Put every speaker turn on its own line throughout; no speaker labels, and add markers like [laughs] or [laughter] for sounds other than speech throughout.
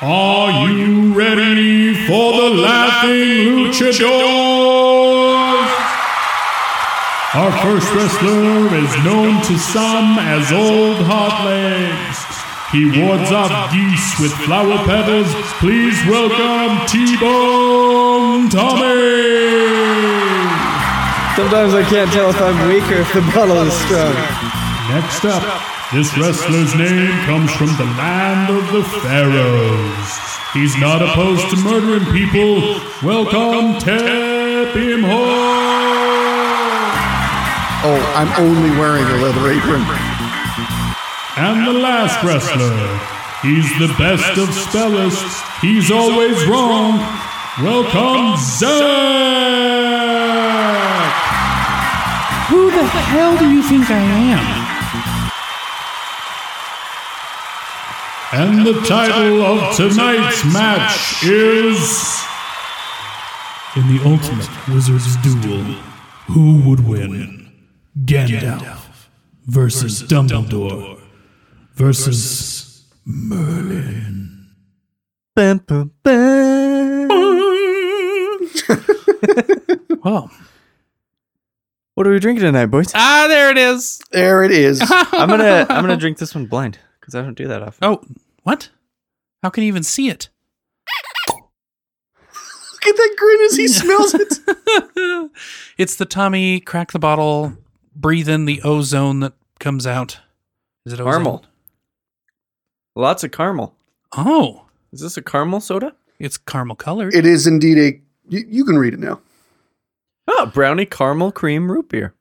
Are you ready for the Laughing Luchadors? Our first wrestler is known to some as Old Hot Legs. He wards off geese with flower petals. Please welcome T-Bone Tommy.
Sometimes I can't tell if I'm weak or if the bottle is strong.
Next up, this wrestler's name comes from the land of the pharaohs. He's not opposed to murdering people. Welcome, Tep Imho.
Oh, I'm only wearing a leather apron.
And the last wrestler. He's the best of spellers. He's always wrong. Welcome, Zach.
Who the hell do you think I am?
And the title of tonight's match is.
In the Ultimate Wizard's Duel, who would win? Gandalf versus Dumbledore versus Merlin.
Bum, bum, bum.
Well,
What are we drinking
[laughs]
tonight, boys?
ah, there it is.
There it is.
I'm gonna I'm gonna drink this one blind because I don't do that often.
Oh, what? How can you even see it?
Look at that grin as he smells it.
[laughs] it's the Tommy crack the bottle, breathe in the ozone that comes out. Is it ozone?
Caramel. Lots of caramel.
Oh,
Is this a caramel soda?
it's caramel colored.
[laughs] It is indeed a. You, you can read it now.
Oh, brownie caramel cream root beer.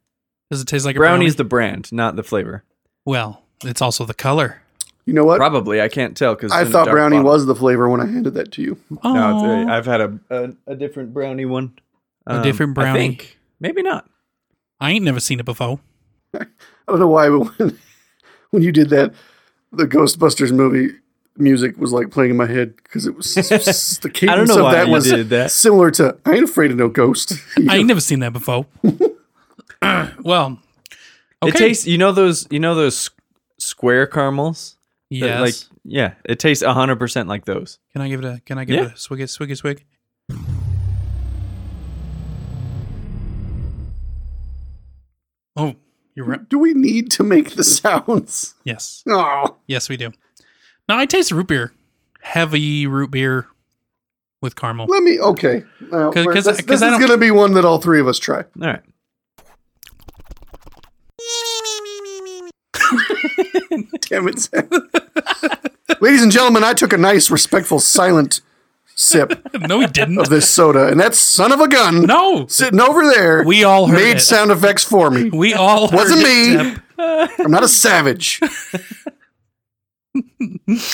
Does it taste like
Brownie's
a brownie?
the brand, not the flavor.
well, it's also the color.
You know what?
Probably, I can't tell because
I thought brownie was the flavor when I handed that to you.
Oh,
No, it's uh, a, I've had a, a a different brownie one. Um,
A different
I
brownie.
think. Maybe not.
I ain't never seen it before.
I don't know why, but when, [laughs] when you did that, the Ghostbusters movie music was like playing in my head because it was the cadence
know
of
why
that
you
was
did that.
similar to I ain't afraid of no ghost. [laughs]
I ain't never seen that
[laughs]
before. well, okay.
It tastes. You know those. You know those s- square caramels. That,
yes.
uh, Like yeah, it tastes hundred percent like those.
can I give it a? Can I give it
Yeah.
a swig? it, Swig it, swig. Oh, you're right.
Do we need to make the sounds? [laughs]
Yes,
Oh,
yes, we do. Now I taste root beer, heavy root beer with
[laughs]
caramel.
let me. Okay, Now,
'Cause-
we're-
'cause-
this,
'cause
this
I
is
don't-
going to be one that all three of us try.
All right.
Damn it, Zach.
[laughs]
ladies and gentlemen! I took a nice, respectful, silent sip
No, we didn't.
of this soda, and that son of a gun
No,
sitting over there
We all heard
made
it.
sound effects for me.
we all
Wasn't
heard it,
me.
Tep.
I'm not a savage.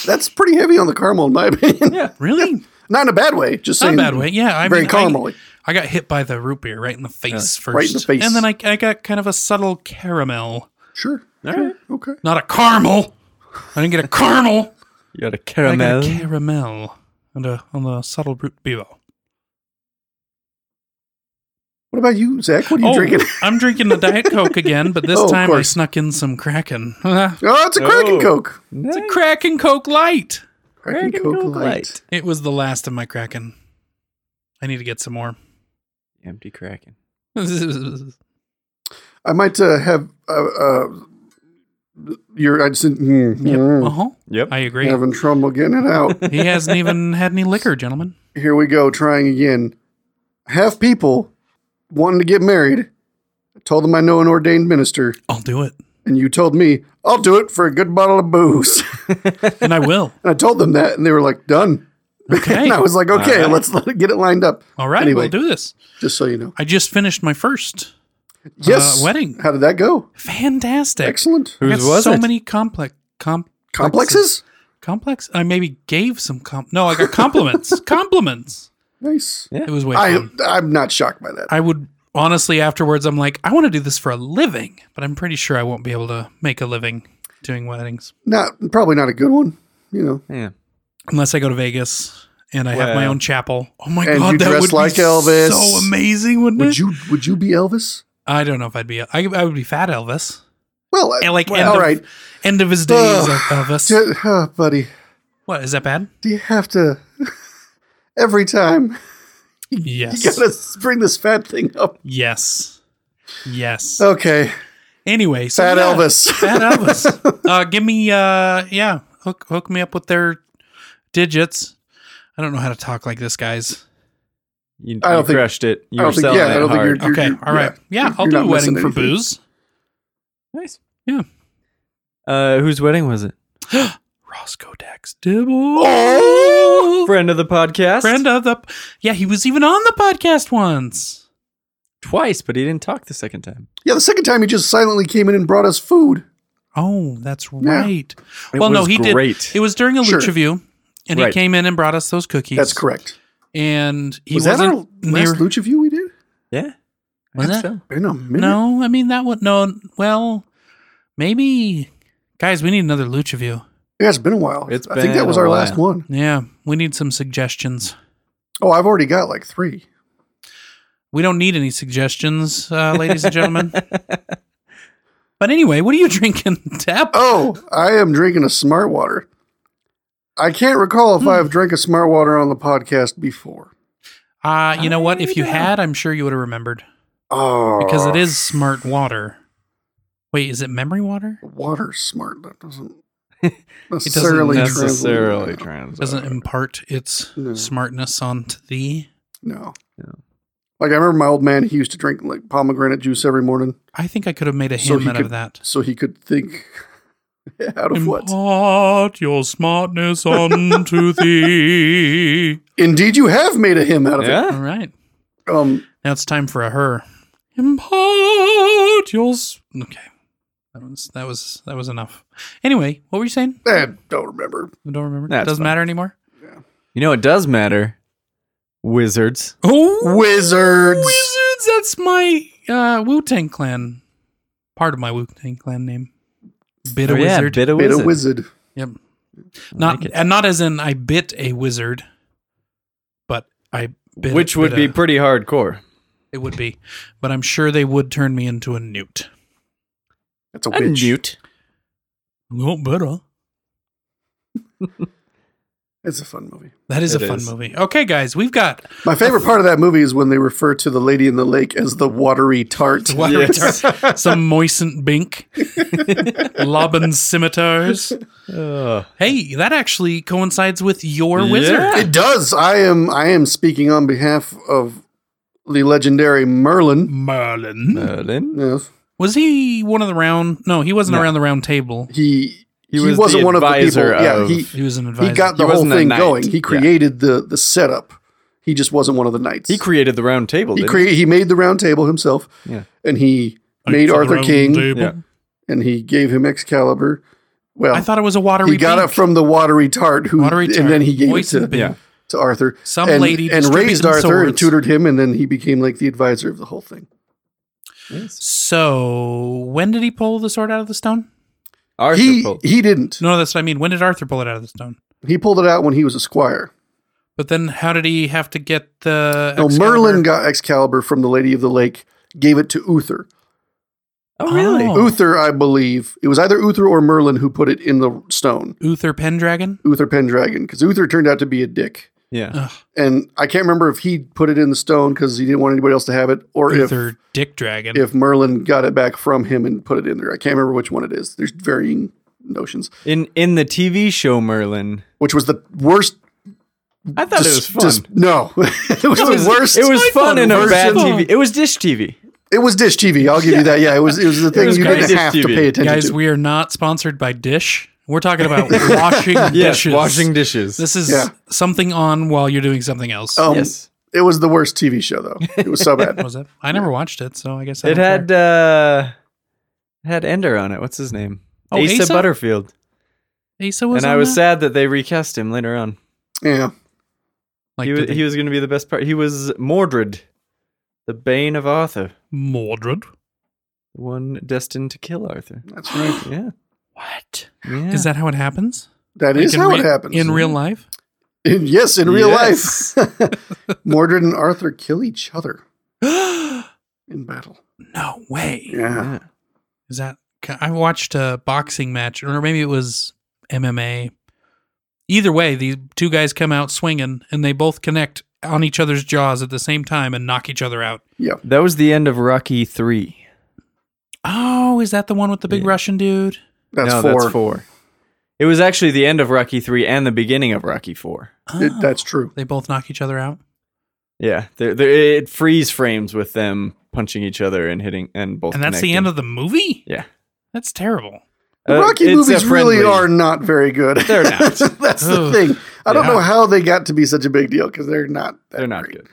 That's pretty heavy on the caramel, in my opinion.
Really?
Not in a bad way. Just
Not
saying.
a bad way. Yeah, I
very
mean, I-
caramely.
I got hit by the root beer right in the face first.
right in the face.
And then I, I got kind of a subtle caramel.
Sure.
All right.
Okay.
Not a caramel. I didn't get a caramel.
You got a
I
caramel.
got a caramel on the, on the subtle root beer.
What about you, Zach? What are you
oh,
drinking? [laughs]
I'm drinking the Diet Coke again, but this
Oh, of
time I
course.
snuck in some Kraken. it's
Oh, it's a Kraken
Oh.
Coke.
a Kraken Coke Light.
Kraken Coke, Light.
It was the last of my Kraken. I need to get some
[laughs]
more. Uh-huh.
Empty Kraken.
I might uh, have uh, uh, your. I just, mm, mm,
Uh huh.
Yep.
I agree.
having trouble getting
[laughs]
it out.
He hasn't even had any liquor, gentlemen.
Here we go, trying again. Half people wanting to get married. I told them I know an ordained minister,
I'll do it.
and you told me I'll do it for a good bottle of booze. [laughs]
And I will.
And I told them that, and they were like, "Done." [laughs]
Okay.
and I was like, "Okay,
All right.
let's let it get it lined up."
All right,
Anyway,
we'll do this.
just so you know.
I just finished my first.
Yes,
wedding.
How did that go?
Fantastic.
Excellent.
I got
Whose was
so
it?
many complex com,
Complexes.
complex. I maybe gave some com. No, I got
[laughs]
compliments. compliments.
Nice.
It was way
I
fun.
I'm not shocked by that.
I would honestly afterwards. I'm like, I want to do this for a living, but I'm pretty sure I won't be able to make a living doing weddings
Not probably not a good one. You know,
Yeah.
unless I go to Vegas and I have my
Well.
own chapel. Oh my
And
god,
you
that
dress
would
like
be
Elvis.
so amazing, wouldn't
would
it?
you would you be Elvis?
I don't know if I'd be. I, I would be fat Elvis.
Well, I-
And like
well,
end
all
of,
right,
end of his days,
[laughs] Ugh.
Elvis.
T- uh, buddy.
What is that bad?
Do you have to [laughs] every time
Yes.
you gotta s- bring this fat thing up?
Yes. Yes.
Okay,
anyway, so
Oh. fat
yeah.
Elvis.
Fat Elvis. uh, give me, uh, yeah, hook hook me up with their digits. I don't know how to talk like this, guys.
You,
I don't
you
think-
crushed it. You
I
were
don't think-
selling
yeah, I
it
don't think
hard.
You're-
okay,
you're-
all right.
yeah,
Yeah, I'll
you're
do
not
a wedding
missing
for
anything.
booze.
Nice.
Yeah.
Uh, whose wedding was it?
Roscoe Dax Dibble.
Oh!
Friend of the podcast.
Friend of the. Yeah, he was even on the podcast once.
twice, but he didn't talk the second time.
[laughs] yeah, the second time he just silently came in and brought us food.
Oh, that's right.
It
well, no,
was
he
great.
did. It was during a
Sure.
Lucha View, and he
Right.
came in and brought us those cookies.
That's correct.
And he
was that our
wasn't
last
near.
Lucha view we did?
Yeah.
Was
I
it?
think so.
In a minute.
No, I mean that one. No, well, maybe, guys, we need another lucha view.
Yeah, it's been a while.
It's
I think
been
that was
a
our
while.
last one.
Yeah, we need some suggestions.
Oh, I've already got like three.
We don't need any suggestions, uh, ladies and gentlemen.
[laughs]
But anyway, what are you drinking, Tap?
Oh, I am drinking a smart water. I can't recall if
Hmm.
I've drank a smart water on the podcast before.
Uh, you know what? If you had, I'm sure you would have remembered
Oh,
because it is smart water. Wait, is it memory water?
water smart.
[laughs]
That doesn't
doesn't
necessarily translate.
Necessarily trans.
Doesn't impart its
Uh, No.
smartness onto thee.
No.
No.
Like I remember my old man. He used to drink like pomegranate juice every morning,
I think I could have made a hymn
So he
out
could-
of that.
so he could think [laughs] out of what.
Impart your smartness unto [laughs] thee.
Indeed, you have made a hymn out of
All
Yeah.
right.
it. Um,
Now it's time for a her. Impart your. s- Okay. That was, that was that was enough. Anyway, what were you saying?
I don't remember.
I don't remember.
That's
Doesn't
fine.
matter anymore.
You know, it does matter. Wizards.
Oh,
Wizards.
wizards! That's my uh, Wu Tang Clan. Part of my Wu Tang Clan name. Bit a
Oh, yeah,
wizard.
Bit a
Bit
wizard.
a wizard.
Yep. Not
like it.
and not as in I bit a wizard, but I bit
Which would
bit
be
a-
pretty hardcore.
It would be, but I'm sure they would turn me into a newt.
That's a
A
witch.
[laughs] newt.
A little better.
It's a fun movie.
That is
It
a fun
is.
movie. Okay, guys, we've got
My favorite part of that movie is when they refer to the lady in the lake as the watery tart.
what are we
[laughs]
tar- some moistened bink, lobbing scimitars.
Ugh.
Hey, that actually coincides with your wizard.
Yeah.
It does. I am. I am speaking on behalf of the legendary Merlin.
Merlin.
Merlin.
Yes,
Was he one of the round? No, he wasn't
No.
around the round table.
he
He
he,
was
was
the
not one of the people.
advisor
yeah,
of-
he
He was an advisor.
he got
He
the whole
wasn't a
thing
knight.
going. He
Yeah.
created the the setup. He just wasn't one of the knights.
He created the round table.
he
didn't
created. He made the round table himself.
Yeah.
and he made
For the
Arthur
round
King,
table.
Yeah.
and he gave him Excalibur. Well,
I thought it was a watery.
he got
bink.
it from the watery tart, who
Watery
and then
tart.
he gave
Moistened
it to,
bink.
Yeah.
to Arthur.
Some
and,
lady
and raised
distributing
Arthur and
swords.
tutored him, and then he became like the advisor of the whole thing.
So when did he pull the sword out of the stone?
Arthur
he
pulled-
he didn't.
No, that's what I mean. When did Arthur pull it out of the stone?
He pulled it out when he was a squire.
But then, how did he have to get the?
No,
Excalibur?
Merlin got Excalibur from the Lady of the Lake, gave it to Uther.
Oh, really?
Oh.
Uther, I believe, it was either Uther or Merlin who put it in the stone.
Uther Pendragon.
Uther Pendragon, because Uther turned out to be a dick,
Yeah.
and I can't remember if he put it in the stone because he didn't want anybody else to have it, or
Uther Dick Dragon.
if if Merlin got it back from him and put it in there. I can't remember which one it is. There's varying notions.
In in the TV show Merlin,
Which was the worst?
I thought it was
dis-
fun.
dis- no, [laughs] it was, the worst.
It was fun
thought
in
it
a
was
bad
fun.
TV. It was dish TV.
It was dish TV. I'll give you that. Yeah, it was. It was the thing
was
you
great
didn't
dish
have to
TV.
pay attention
guys,
to.
we are not sponsored by Dish. We're talking
[laughs]
about washing
Yes,
dishes.
washing dishes.
This is
Yeah.
something on while you're doing something else.
um,
yes.
It was the worst TV show though. It was so
[laughs]
bad.
What was it? I never watched it, so I guess I
It
don't
had
care.
uh it had Ender on it. What's his name?
Oh,
Asa,
Asa?
Butterfield.
Asa was
and I
on
was
that?
sad that they recast him later on.
Yeah,
Like
he
did
was
they-
he was going to be the best part. He was Mordred, the bane of Arthur,
Mordred.
the one destined to kill Arthur.
that's right.
Yeah.
What
yeah.
is that? How it happens?
That
Like
is
in
how
re-
it happens
in real life.
Mm-hmm.
In- yes, in real
Yes.
life, [laughs] Mordred and Arthur kill each other in battle.
[gasps] No way.
Yeah,
[laughs] Yeah.
Is that I watched a boxing match, or maybe it was MMA. Either way, these two guys come out swinging and they both connect on each other's jaws at the same time and knock each other out.
Yeah.
That was the end of Rocky three.
Oh, is that the one with the big Russian dude?
That's
no,
four.
that's four. It was actually the end of Rocky three and the beginning of Rocky four.
It- that's true.
Oh. They both knock each other out.
Yeah, they're, they're, it freeze frames with them punching each other and hitting and both.
And that's the end
connecting.
of the movie?
yeah.
That's terrible.
The
Uh,
Rocky
it's a
movies really
friendly-
are not very good. [laughs]
They're not.
that's the
Ugh.
thing. I don't
Yeah.
know how they got to be such a big deal because they're not. That
They're not
great.
good.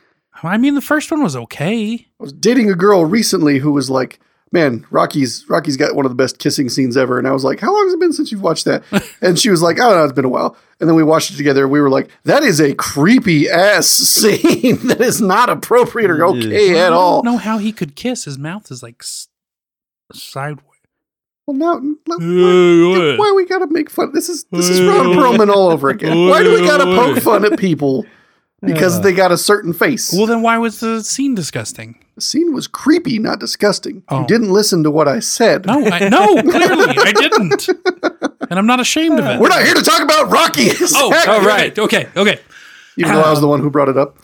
I mean, the first one was okay.
I was dating a girl recently who was like, "Man, Rocky's Rocky's got one of the best kissing scenes ever." And I was like, "How long has it been since you've
[laughs]
watched that?" and she was like, "I don't know, it's been a while." And then we watched it together. and We were like, "That is a creepy ass [laughs] scene. that is not appropriate or okay at
I
all."
don't know how he could kiss. His mouth is like s- sideways.
Well, now why, why we gotta make fun? This is this is Ron Perlman all over again. Why do we gotta poke fun at people because they got a certain face?
Well, then why was the scene disgusting?
The scene was creepy, not disgusting.
Oh.
You didn't listen to what I said.
No, I, no, clearly I didn't, and I'm not ashamed of it.
We're not here to talk about Rocky. [laughs]
Oh,
Zach.
all right, okay, okay.
Even though I was the one who brought it up.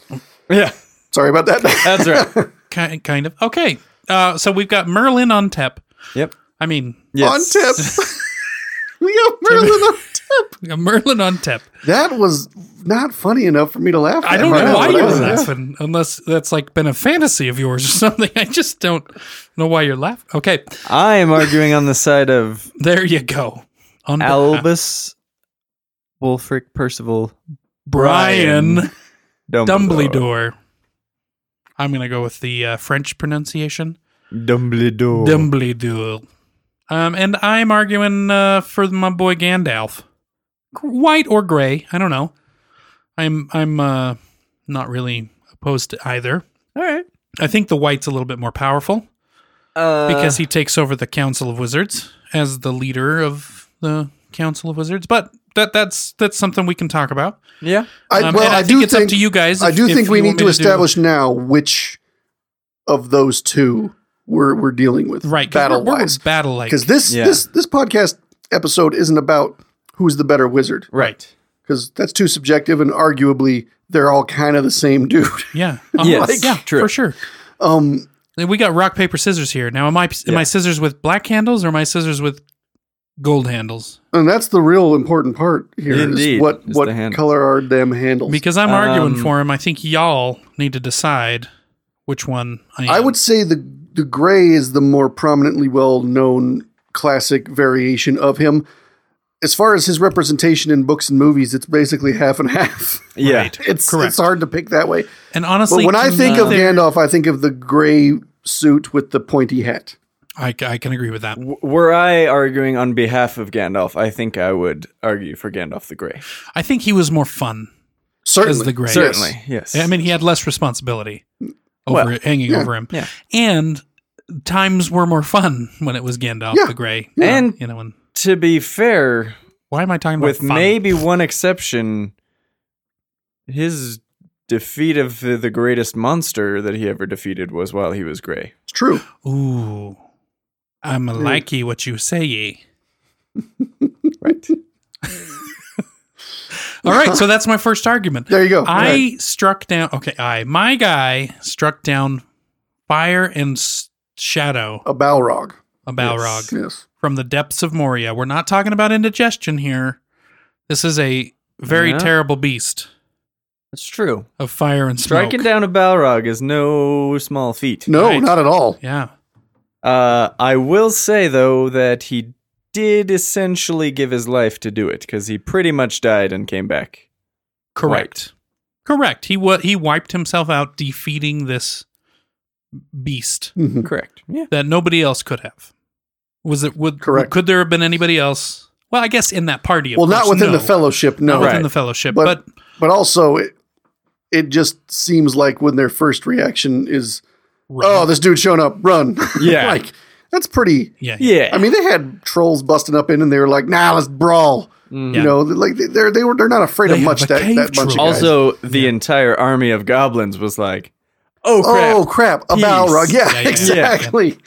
Yeah,
Sorry about
Uh,
[laughs] that.
that's right.
Kind, kind of. Okay. Uh, so we've got Merlin on tap.
yep.
I mean, [laughs]
Yes.
On tip. [laughs] we got Merlin on tip.
we got Merlin on tap.
That was not funny enough for me to laugh.
I
at
don't
right
know
now,
why
but
you're
I was-
laughing, unless that's like been a fantasy of yours or [laughs] something. I just don't know why you're laughing. Okay,
I am arguing on the
[laughs]
side of
there you go. On
Albus, Wolfric, Percival,
Brian
Dumbledore.
Dumbledore. I'm gonna go with the uh, French pronunciation.
Dumbledore.
Dumbledore. Um, and I'm arguing uh, for my boy Gandalf, G- white or gray. I don't know. I'm I'm uh, not really opposed to either.
All right.
I think the white's a little bit more powerful
Uh,
because he takes over the Council of Wizards as the leader of the Council of Wizards. But that that's that's something we can talk about.
yeah.
I,
Um,
well,
and
I,
I think
do think
it's up to you guys
I
if-
do
if
think we
you want
need
me
to
to do-
establish now which of those two we're we're dealing with,
Right,
Battle wise,
battle like
because this
Yeah.
this this podcast episode isn't about who's the better wizard,
Right.
because that's too subjective and arguably they're all kind of the same [laughs] dude.
yeah,
Yes,
like, yeah,
true.
for sure.
Um,
Then We got rock paper scissors here. Now, am I am I scissors with black handles or am I scissors with gold handles?
and that's the real important part here. is
Indeed,
what
is
what
the handle.
color are them handles?
Because I'm arguing
Um,
for him. I think y'all need to decide which one I am.
I would say the the gray is the more prominently well known classic variation of him. As far as his representation in books and movies, it's basically half and half. [laughs]
Yeah.
Right.
It's
Correct.
it's hard to pick that way.
And
But
honestly,
when I
to
think
me,
of Gandalf, I think of the gray suit with the pointy hat.
uh, I, I can agree with that.
W- Were I arguing on behalf of Gandalf, I think I would argue for Gandalf the Grey.
I think he was more fun.
Certainly,
the gray.
Certainly. Yes.
I mean, he had less responsibility over
Well,
hanging over him,
yeah.
and times were more fun when it was Gandalf
Yeah,
the Grey. Uh,
yeah. And-
you know, and
to be fair,
why am I talking about
with
fun?
maybe one exception, his defeat of the, the greatest monster that he ever defeated was while he was gray.
It's true.
Ooh, I'm a likey what you say. ye.
Right.
All right, so that's my first argument.
There you go.
I
Right.
struck down. Okay, I my guy struck down fire and s- shadow,
A Balrog.
a Balrog
Yes.
from the depths of Moria. We're not talking about indigestion here. This is a very
Yeah.
terrible beast
That's true.
of fire and smoke.
Striking down a Balrog is no small feat.
No,
Right.
not at all.
Yeah.
Uh, I will say though that he did essentially give his life to do it because he pretty much died and came back.
Correct. Correct. He wa- he wiped himself out defeating this beast
Mhm.
Correct. Yeah.
that nobody else could have. Was it would
Correct.
could there have been anybody else? Well, I guess in that party. Of
Well, not
course,
within
no.
the fellowship. No,
Not within
Right.
the fellowship,
But-
but,
but also it it just seems like when their first reaction is, "Oh, this dude showing up, run!" [laughs]
Yeah.
like that's pretty.
yeah,
Yeah.
I mean, they had trolls busting up in, and they were like, "Nah, let's brawl."
Yeah.
You know, like they- they're they were they're not afraid
They
of much
have a
that,
cave
that bunch of
troll.
guys.
also, the entire army of goblins was like, "Oh crap!"
oh crap, a
Peace.
Balrog. Yeah,
Yeah, yeah, yeah.
exactly.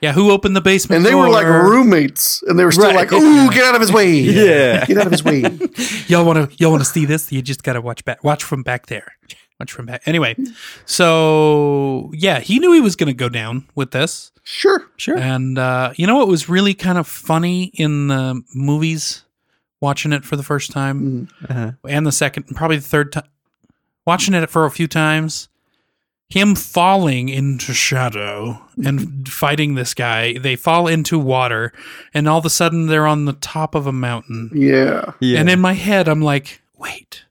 Yeah, who opened the basement?
and they were like
door?
roommates, and they were still
Right.
like, "Ooh, get out of his way!
Yeah.
get out of his way!"
y'all want to y'all want to see this you just gotta watch back watch from back there watch from back anyway so yeah he knew he was gonna go down with this
sure,
Sure.
and uh, you know what was really kind of funny in the movies watching it for the first time
Mm-hmm.
Uh-huh.
and the second and probably the third time watching it for a few times him falling into shadow and fighting this guy they fall into water and all of a sudden they're on the top of a mountain
yeah,
Yeah.
and in my head, I'm like, wait,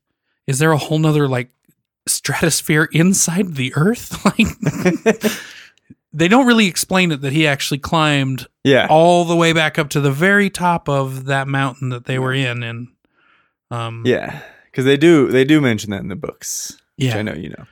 is there a whole nother like stratosphere inside the earth? [laughs] Like they don't really explain it that he actually climbed
yeah.
all the way back up to the very top of that mountain that they were in and um
Mm-hmm. yeah. Because they do they do mention that in the books. Which
yeah,
I know you know.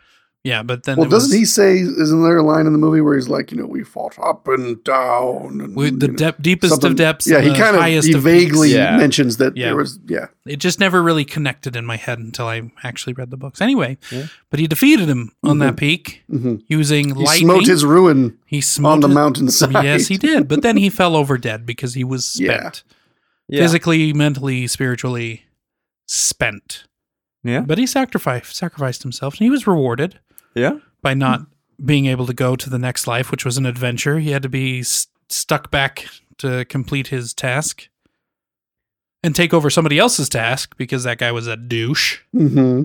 yeah, but then
Well,
it
doesn't
was-
he say? Isn't there a line in the movie where he's like, you know, we fought up and down, and
with the
you know,
dep deepest
something-
of depths
Yeah,
and
he
the
kind of
highest
he
of peaks.
vaguely
Yeah.
mentions that
Yeah.
there was yeah,
it just never really connected in my head until I actually read the books. Anyway,
Yeah.
but he defeated him on that peak
Mhm.
using
he
lightning.
smote his ruin
he
on
smote
the
his-
mountainside.
Yes, he did. But
[laughs]
then he fell over dead because he was
Yeah.
spent
Yeah.
physically, mentally, spiritually spent.
Yeah.
But he sacrificed sacrificed himself, and he was rewarded
yeah.
by not
Hmm.
being able to go to the next life, which was an adventure. He had to be s- stuck back to complete his task and take over somebody else's task because that guy was a douche.
hmm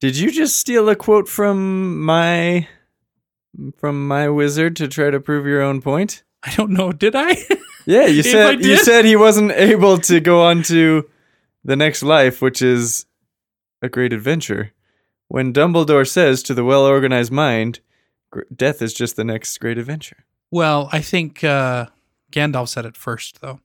Did you just steal a quote from my from my wizard to try to prove your own point?
I don't know. Did I? [laughs]
Yeah, you
If I
said you
did-
said he wasn't able to go on to the next life, which is a great adventure. When Dumbledore says to the well-organized mind, gr- "Death is just the next great adventure."
well, I think uh, Gandalf said it first, though.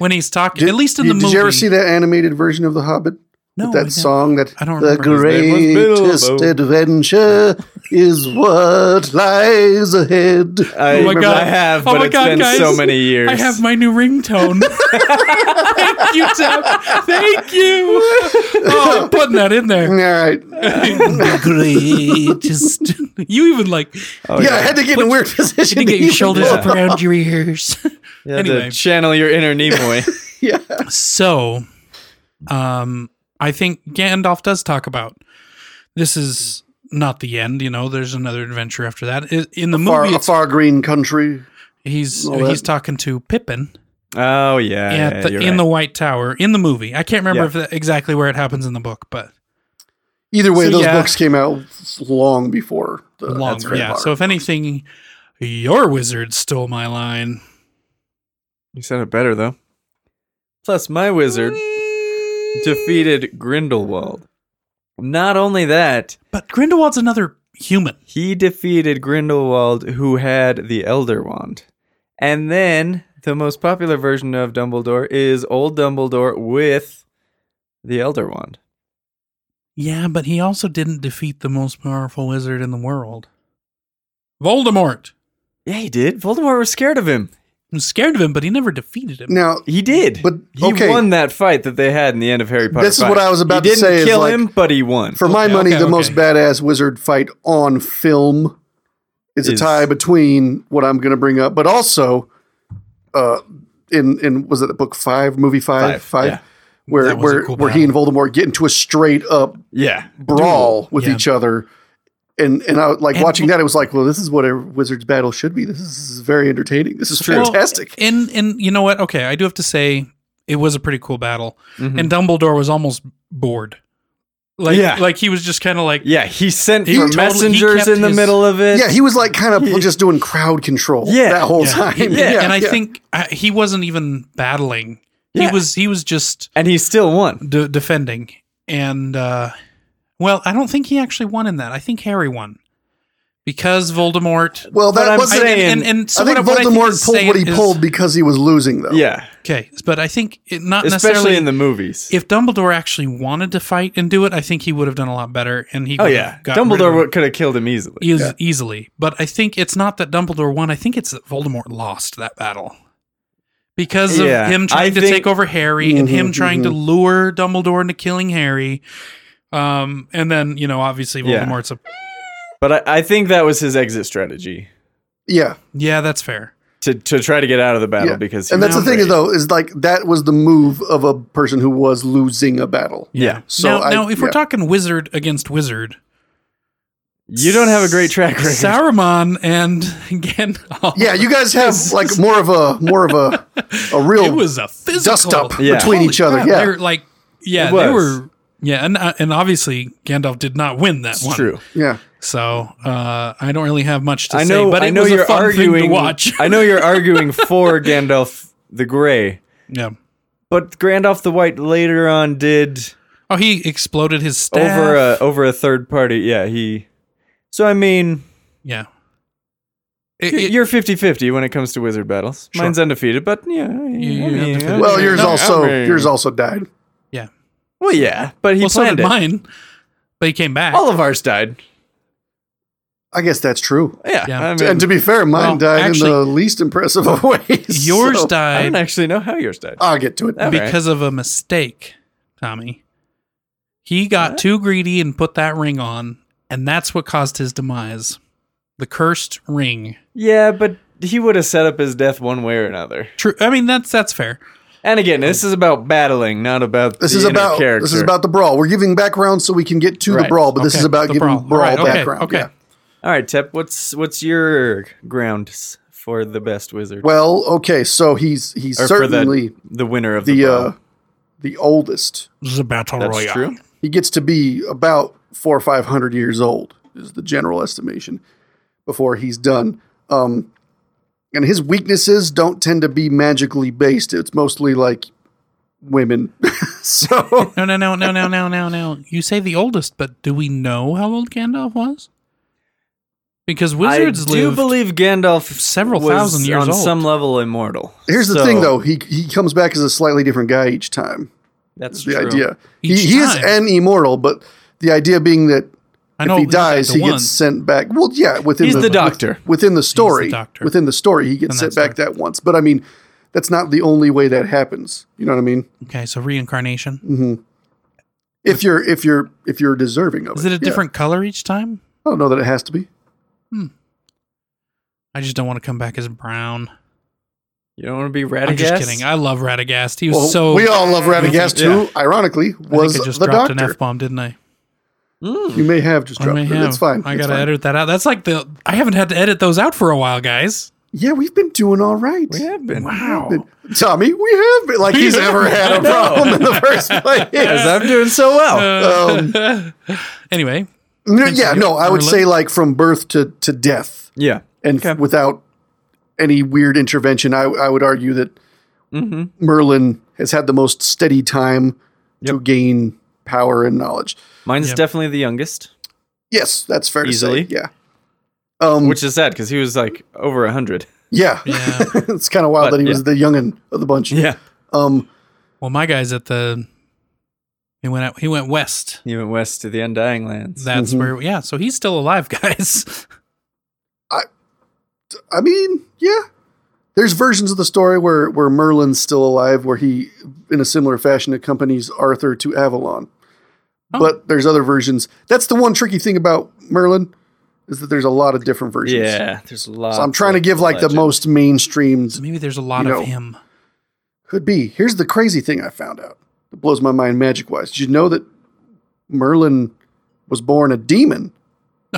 When he's talking, at least in
you,
the movie.
Did you ever see that animated version of The Hobbit?
No,
With
I
that
didn't.
song that
I don't
the
remember
name. It was
greatest
Bilbo."
adventure is what lies ahead.
I,
Oh my
remember-
God.
I have,
Oh
but
my
it's
God,
been
guys.
so many years.
I have my new [laughs] ringtone. Thank you, Tim. Thank you. Oh, I'm putting that in
All
there.
right.
Great. Just you even like
Oh,
yeah, I had to get in a weird position.
you
to
get your
even
shoulders
do
up around your ears.
You had
anyway.
to channel your inner Nimoy.
it. [laughs]
[laughs]
Yeah.
so, um, I think Gandalf does talk about this is not the end. You know, there's another adventure after that. I- In the
Far,
movie,
a
it's-
far green country.
he's
all
he's
that.
talking to Pippin.
oh
at
yeah, yeah,
the,
you're
in the
right.
White Tower in the movie. I can't remember
Yeah.
if that, exactly where it happens in the book, but
Either way,
So,
those
yeah.
books came out long before the
long,
Uh, That's Harry
yeah.
Potter.
So if anything, your wizard stole my line.
you said it better though. Plus, my wizard defeated Grindelwald. Not only that.
But Grindelwald's another human.
he defeated Grindelwald, who had the Elder Wand. And then the most popular version of Dumbledore is Old Dumbledore with the Elder Wand.
Yeah, but he also didn't defeat the most powerful wizard in the world, Voldemort.
Yeah, he did. Voldemort was scared of him.
I was scared of him, but he never defeated him.
now,
He did.
But,
he
okay.
won that fight that they had in the end of Harry Potter.
This is what
5.
I was about
he
to
didn't
say is,
Kill
like,
him, but he won.
for my
Okay,
money,
okay,
the most
okay.
badass wizard fight on film is a
Is-
tie between what I'm going to bring up, but also uh, in in was it the book five, movie
Five,
five, five,
yeah.
where
That was a
where
cool
where he and Voldemort get into a straight up
yeah,
brawl with
Yeah.
each other. And and I was, like
And-
watching that, it was like, well, this is what a wizard's battle should be. This is, this is very entertaining. This is
Well,
fantastic.
and and you know what? Okay, I do have to say it was a pretty cool battle,
Mhm.
and Dumbledore was almost bored. Like
Yeah.
like he was just kind of like
yeah. He sent
He
for
totally- he
messengers
kept
in the
his-
middle of it.
yeah, he was like kind of just doing crowd control
Yeah.
that whole
Yeah.
time.
He-
yeah,
and I
[laughs] yeah.
think I, he wasn't even battling.
Yeah.
He was he was just
and he still won.
de- defending. And uh, well, I don't think he actually won in that. I think Harry won because Voldemort.
Well,
But
that
I'm
was
saying-
I,
and, and, and so
think
what, what I
Voldemort
is
pulled
saying
what he
is-
pulled because he was losing, though.
Yeah,
Okay, but I think it, Oh, not
especially
necessarily
in the movies.
If Dumbledore actually wanted to fight and do it, I think he would have done a lot better. And he
oh
would
yeah,
have gotten rid of him
Dumbledore could have killed him easily.
eas- easily. But I think it's not that Dumbledore won. I think it's that Voldemort lost that battle because of
Yeah,
him trying
I
to
think- Mm-hmm,
take over Harry and him trying to lure Dumbledore into killing Harry. Um, and then you know, obviously
Yeah.
Voldemort's a
But I, I think that was his exit strategy.
yeah,
Yeah, that's fair.
to to try to get out of the battle
yeah.
because he
and that's
was
the thing
afraid.
though is like that was the move of a person who was losing a battle.
Yeah,
So
now,
I-
now, if we're
yeah.
talking wizard against wizard,
you don't have a great track record.
Sauron and [laughs] Gandalf.
Yeah, you guys have like more of a more of
[laughs]
a a real
it was a physical
dust up
Yeah.
between
Holy
each other.
crap,
yeah,
they were like yeah,
It
they
was.
were yeah, and uh, and obviously Gandalf did not win that one.
It's true.
yeah.
So uh, I don't really have much to
I know.
say, but it
I know
was
you're
a fun
arguing.
thing to
[laughs]
watch. [laughs]
I know you're arguing for Gandalf the Grey,
yeah.
but Gandalf the White later on did
Oh, he exploded his staff.
over uh, a over a third party. Yeah, he. So I mean,
yeah.
[laughs]
It-
y-
it-
you're 50-50 when it comes to wizard battles. Mine's undefeated, but yeah, yeah,
yeah,
I mean,
that's fair.
Well, yours
I
also
mean-
yours also died.
yeah.
Well, yeah, but he
Well, so
planned
did
it.
mine, but he came back.
All of ours died.
I guess that's true.
Yeah,
Yeah.
I mean,
And to be fair, mine
Well,
died
actually-
in the least impressive of ways.
Yours
I
so-
don't
died
actually know how yours died.
I'll get to it.
That-
because of a mistake, Tommy. He got too greedy and put that ring on, and that's what caused his demise. The cursed ring.
yeah, but he would have set up his death one way or another.
True. I mean, that's that's fair.
And again, this is about battling, not about
This
the
is
inner
about
character.
this is about the brawl. We're giving background so we can get to the
Right.
brawl, but this
Okay,
is about
the
giving
brawl.
brawl,
All right, okay,
background.
okay.
yeah.
All right, Tep. What's what's your grounds for the best wizard?
Well, okay, so he's he's
Or for the-
certainly
the, winner of the,
the
brawl.
uh the oldest.
This is a battle
That's true.
He gets to be about four or five hundred years old is the general estimation before he's done. Um, and his weaknesses don't tend to be magically based. It's mostly like women. [laughs] so
No, no, no, no, no, no, no, no. You say the oldest, but do we know how old Gandalf was? Because wizards
I do
live.
believe Gandalf
several
was
thousand years
on
old.
some level immortal.
here's the
So,
thing, though he he comes back as a slightly different guy each time.
That's
the
true.
idea. He,
Each
he is
time.
an immortal, but the idea being that
I
if
know
he
at least
dies,
the
he
one.
gets sent back. Well, yeah, within
He's the
with-
doctor.
within the story,
doctor.
within the story, he gets
Then
sent
that's
back that once. But I mean, that's not the only way that happens. You know what I mean? Mm-hmm.
Okay, so reincarnation.
If you're if you're if you're deserving of
Is it a
yeah.
different color each time?
I don't know that it has to be.
I just don't want to come back as brown.
You don't want to be Radagast.
I'm just kidding. I love Radagast. He was
Well,
so.
we all love Radagast,
Yeah.
who, ironically,
I
was
think I just
the
dropped an
doctor.
F bomb, didn't I?
Mm.
[laughs] You may have just
I
dropped
may
it.
have.
It's fine.
I
It's
gotta
fine.
edit that out. That's like the. I haven't had to edit those out for a while, guys.
Yeah, we've been doing all right.
We have been.
Wow.
Tommy, we have been
[laughs]
like he's ever had a problem in the first place.
Because I'm doing so [laughs] well.
Um,
Anyway,
no, yeah, no, I would
Or
say like from birth to, to death
yeah.
and f- without any weird intervention, I, I would argue that
Mm-hmm.
Merlin has had the most steady time to gain power and knowledge.
Mine's definitely the youngest,
Yes, that's fair
Easily.
to say. Yeah. Um,
which is sad because he was like over a hundred. [laughs]
yeah,
Yeah.
[laughs] it's kind of wild
But,
that he
yeah.
was the youngin of the bunch. Um,
well, my guy's at the. He went out. He went west.
He went west to the Undying Lands.
That's
Mm-hmm.
where. Yeah. So he's still alive, [laughs] guys.
I mean, yeah. There's versions of the story where where Merlin's still alive, where he, in a similar fashion, accompanies Arthur to Avalon. But there's other versions. That's the one tricky thing about Merlin, is that there's a lot of different versions.
yeah, there's a lot.
So I'm trying to give like the most mainstreamed
Maybe there's a lot
You
of
know.
him.
could be. Here's the crazy thing I found out that blows my mind magic wise. Did you know that Merlin was born a demon?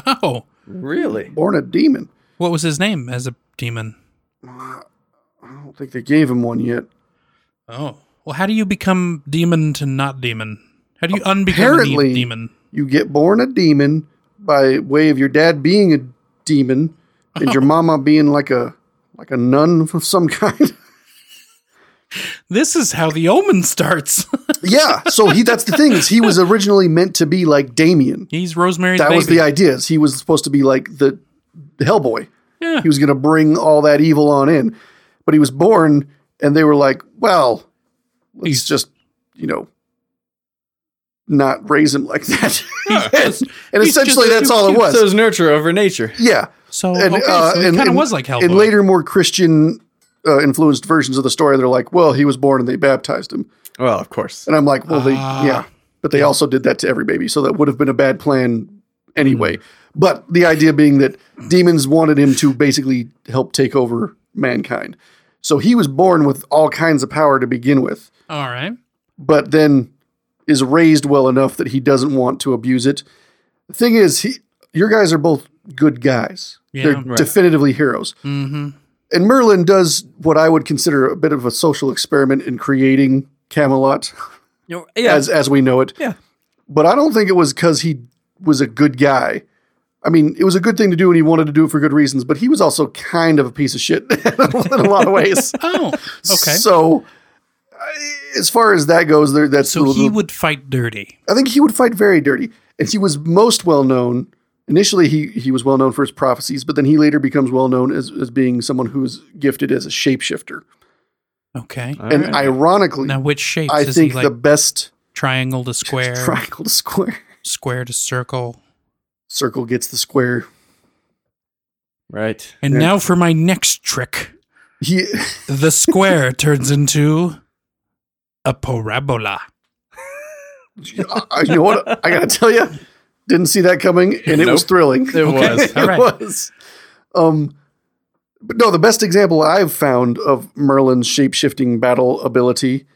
Oh,
really.
Born a demon.
what was his name as a demon?
I don't think they gave him one yet.
Oh, well, how do you become demon to not demon? How do you unbecome a de-
Apparently-
demon?
you get born a demon by way of your dad being a demon and [laughs] your mama being like a like a nun of some kind.
This is how the omen [laughs] starts.
[laughs] yeah. So he that's the thing is he was originally meant to be like Damien.
He's Rosemary's
That
baby.
was the idea. Is he was supposed to be like the, the Hellboy.
Yeah.
He was going to bring all that evil on in. But he was born and they were like, well, let's
He's-
just, you know, not raise him like [laughs] that. and and
he's
essentially
just
that's all it was.
So it's nurture over nature.
yeah.
so
and,
okay,
uh,
so it
and-
kind of
and-
was like Hellboy.
In later, more Christian uh, influenced versions of the story, they're like, well, he was born and they baptized him.
Well, of course.
And I'm like, well, they,
Ah.
yeah. But they also did that to every baby. So that would have been a bad plan anyway.
Hmm.
But the idea being that demons wanted him to basically help take over mankind. So he was born with all kinds of power to begin with,
All right.
but then is raised well enough that he doesn't want to abuse it. The thing is, he, your guys are both good guys.
Yeah,
They're
right.
definitively heroes.
Mm-hmm.
And Merlin does what I would consider a bit of a social experiment in creating Camelot
yeah,
as as we know it.
Yeah.
But I don't think it was because he was a good guy. I mean, it was a good thing to do, and he wanted to do it for good reasons. But he was also kind of a piece of shit [laughs] in a lot of ways. [laughs]
Oh, [laughs] okay.
So, I- as far as that goes, there that's
so
the-
he would fight dirty.
I think he would fight very dirty, and he was most well known. Initially, he he was well known for his prophecies, but then he later becomes well known as as being someone who's gifted as a shapeshifter.
Okay.
All
And
right.
ironically,
Now, which shapes
I
is
think
he like?
the best
triangle to square,
[laughs] triangle to square
square to circle.
circle gets the square. [laughs]
right.
And
Yeah.
now for my next trick.
He [laughs]
The square [laughs] turns into a parabola.
I, you know what? I gotta tell you, didn't see that coming, and it
[laughs]
was thrilling.
It was. [laughs]
all
it
right.
was. Um, but no, the best example I've found of Merlin's shape shifting battle ability,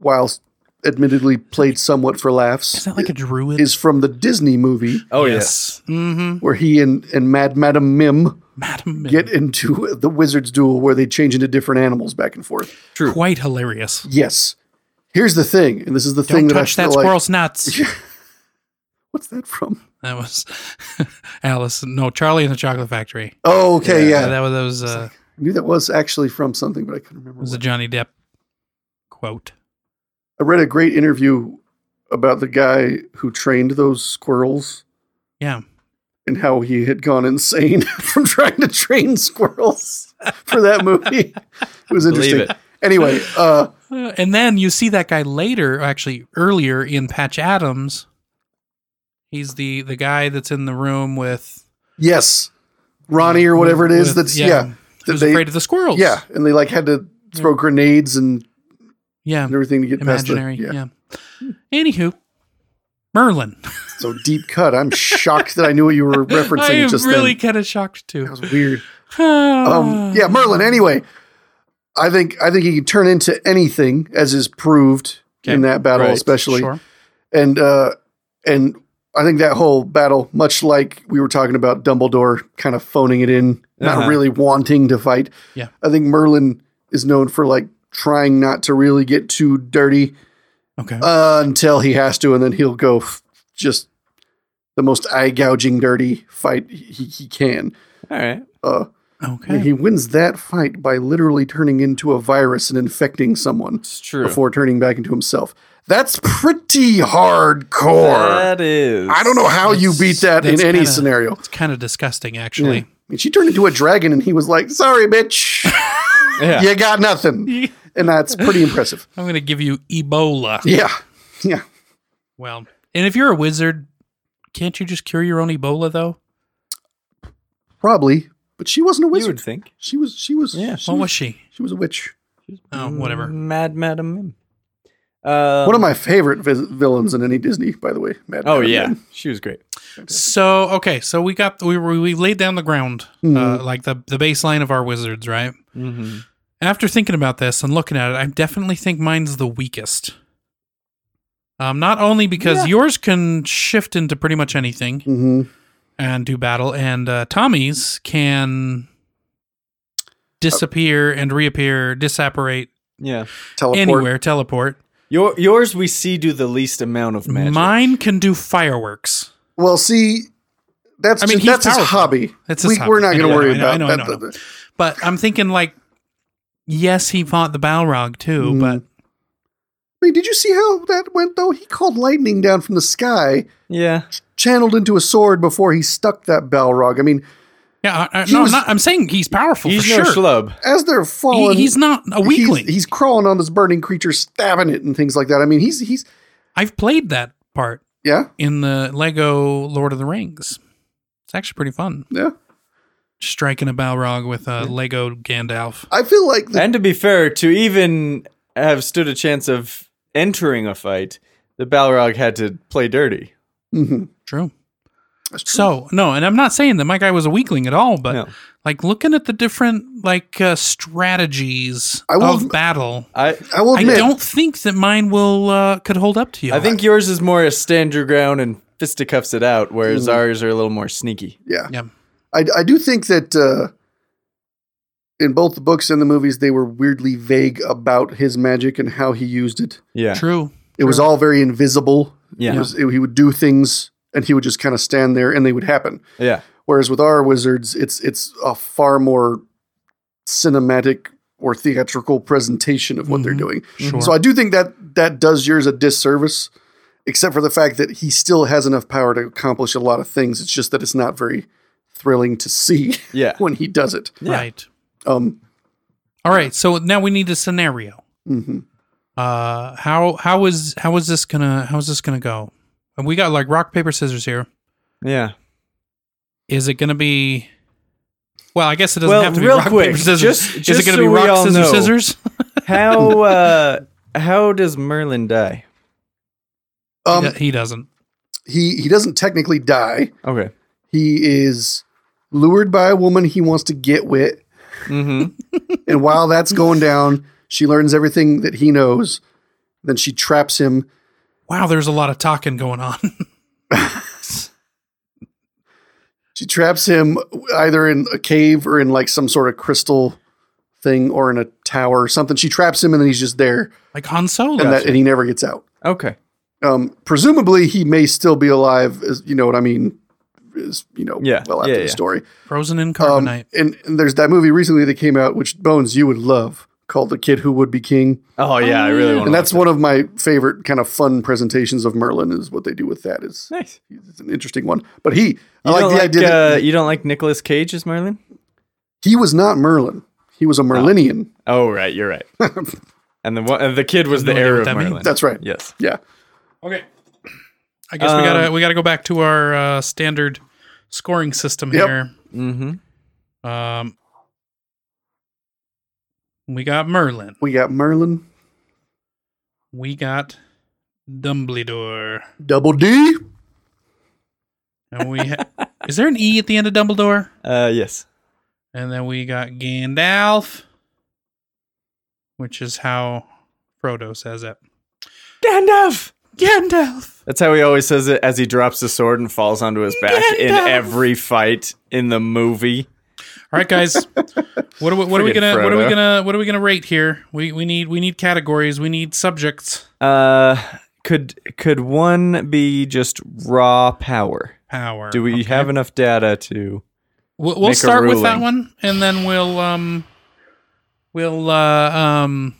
whilst admittedly played somewhat for
Is
laughs,
that like a druid?
is from the Disney movie
Oh
Mm-hmm.
where he and, and Mad Madam Mim
Madam Mim.
get into the wizard's duel where they change into different animals back and forth.
Quite hilarious.
Yes. Here's the thing, and this is the thing
Don't
that I
touch
feel
that
like.
squirrel's
[laughs]
nuts.
What's that from?
That was [laughs] Alice. No, Charlie and the Chocolate Factory.
Oh, okay, yeah.
Uh, that was that was, uh,
I knew that was actually from something, but I couldn't remember.
was
what.
a Johnny Depp quote.
I read a great interview about the guy who trained those squirrels
Yeah.
and how he had gone insane [laughs] from trying to train squirrels for that movie. [laughs] It was
Believe
interesting.
it.
Anyway, uh,
Uh, and then you see that guy later, or actually earlier in Patch Adams. He's the the guy that's in the room with
yes, Ronnie or whatever it is.
with-
that's yeah,
who's
they-
afraid of the squirrels.
yeah. And they like had to throw grenades and
yeah,
and everything to get
imaginary.
past the, yeah.
yeah. Anywho, Merlin.
So deep cut. I'm shocked that I knew what
[laughs]
you were referencing.
I am
just
really
really
kind of shocked too. Ah.
That was weird.
Oh.
um, yeah, Merlin. Anyway, I think I think he can turn into anything, as is proved in that battle,
right,
especially.
Sure.
And uh, and I think that whole battle, much like we were talking about Dumbledore, kind of phoning it in, not
Uh-huh.
really wanting to fight.
Yeah.
I think Merlin is known for like trying not to really get too dirty
Okay.
uh, until he has to, and then he'll go f- just the most eye gouging, dirty fight he, he can.
All right.
Uh,
okay.
He wins that fight by literally turning into a virus and infecting someone
It's true.
before turning back into himself. That's pretty hardcore.
that is.
I don't know how you
That's-
beat that in
that's
any
kinda-
scenario.
It's kind of disgusting, actually.
And she turned into a dragon and he was like,
[laughs]
Sorry, bitch,
[laughs] Yeah.
you
[laughs]
got nothing. And that's pretty impressive.
I'm going to give you Ebola.
Yeah. Yeah.
Well, and if you're a wizard, can't you just cure your own Ebola though?
Probably. But she wasn't a
You
wizard.
would think.
She was she was
Yeah.
she,
What was
was,
she?
she was a witch.
Oh,
Mm.
whatever.
Mad Madam Mim. Um,
One of my favorite vi- villains in any Disney, by the way. Mad
Oh
Madam
yeah,
Mim.
she was great.
So okay, so we got we were- we laid down the ground, uh,
Mm.
like the the baseline of our wizards, right?
Mm-hmm.
After thinking about this and looking at it, I definitely think mine's the weakest. Um, not only because yours can shift into pretty much anything
Mhm.
and do battle, and uh, Tommy's can disappear and reappear, disapparate
Yeah.
Teleport.
anywhere, teleport.
Your yours we see do the least amount of magic.
Mine can do fireworks.
Well, see, that's
I mean,
just-
he's
that's his
powerful.
hobby.
That's
we,
his hobby.
We're not
I
going to
know,
worry
I know, I
about
know, I
that.
know. But I'm thinking like, yes, he fought the Balrog too,
Mm.
but
I mean, did you see how that went though? He called lightning down from the sky,
Yeah.
channeled into a sword before he stuck that Balrog. I mean,
yeah, I, I,
He
no,
was-
I'm, not, I'm saying he's powerful
He's
for
no
sure.
schlub.
as they're
He-
falling,
he's not a
Oh, he's-
weakling.
He's, crawling on this burning creature, stabbing it and things like that. I mean, he's he's
I've played that part
yeah
in the Lego Lord of the Rings. It's actually pretty fun.
yeah.
Striking a Balrog with a Lego Gandalf.
I feel like the,
And to be fair, to even have stood a chance of entering a fight, the Balrog had to play dirty.
Mhm.
True.
That's true.
So no, and I'm not saying that my guy was a weakling at all, but
No.
like looking at the different like uh, strategies
I will
of
adm-
battle,
I
I will
I
admit,
don't think that mine will uh, could hold up to you.
I think yours is more a stand your ground and fisticuffs it out, whereas ours are a little more sneaky.
yeah,
yeah,
I, I do think that uh, in both the books and the movies, they were weirdly vague about his magic and how he used it.
Yeah.
Uh, true.
It was all very invisible.
Yeah.
It was, it- he would do things, and he would just kind of stand there, and they would happen.
Yeah.
Whereas with our wizards, it's it's a far more cinematic or theatrical presentation of what they're doing.
Sure.
Mm-hmm. So I do think that that does yours a disservice, except for the fact that he still has enough power to accomplish a lot of things. It's just that it's not very thrilling to see [laughs]
Yeah.
when he does it.
Right.
Um,
All right. So now we need a scenario.
mhm.
Uh, how how is how is this gonna how is this gonna go? And we got like rock paper scissors here.
Yeah.
Is it gonna be? Well, I guess it doesn't
Well,
have to be
real
rock
quick,
paper scissors.
just-
is
just
it gonna
so
be
we
rock
all
scissors
know.
scissors?
How uh how does Merlin die?
Um,
He do- he doesn't.
he he doesn't technically die.
Okay.
He is lured by a woman he wants to get with,
Mm-hmm.
and while that's going down, she learns everything that he knows. Then she traps him.
Wow, there's a lot of talking going on. [laughs]
She traps him either in a cave or in like some sort of crystal thing or in a tower or something. She traps him and then he's just there
like Han Solo.
and that and he never gets out.
Okay.
Um, presumably he may still be alive as you know what I mean is you know
Yeah,
well after
yeah,
the
yeah.
story.
Frozen in
Um,
carbonite.
and, and there's that movie recently that came out which Bones you would love called The Kid Who Would Be King.
Oh yeah, I really want
And that's one of my favorite kind of fun presentations of Merlin is what they do with that is
nice.
it's an interesting one. But he I
You
like the
don't like,
idea that
uh, you don't like Nicolas Cage as Merlin?
he was not Merlin. He was a Merlinian.
Oh right, you're right. and the one, uh, the kid was the
no idea
heir
what
of
that means.
Merlin.
That's right.
yes.
Yeah.
okay. I guess we
um,
gotta we gotta go back to our uh, standard scoring system
Yep.
here.
Mm-hmm.
Um, we got Merlin.
We got Merlin.
We got Dumbledore.
Double D.
And we
[laughs]
ha- is there an E at the end of Dumbledore?
Uh yes.
And then we got Gandalf, which is how Frodo says it.
Gandalf.
Gandalf.
That's how he always says it as he drops the sword and falls onto his back in
Gandalf.
every fight in the movie.
All right, guys.
[laughs]
What are we, what are we
Friggin'
gonna what are we
Frodo.
gonna what are we gonna rate here? We we need we need categories. We need subjects.
Uh could could one be just raw power?
Power.
Do we
Okay.
have enough data to
We'll, we'll
make a
start with that
ruling?
one, and then we'll um we'll uh um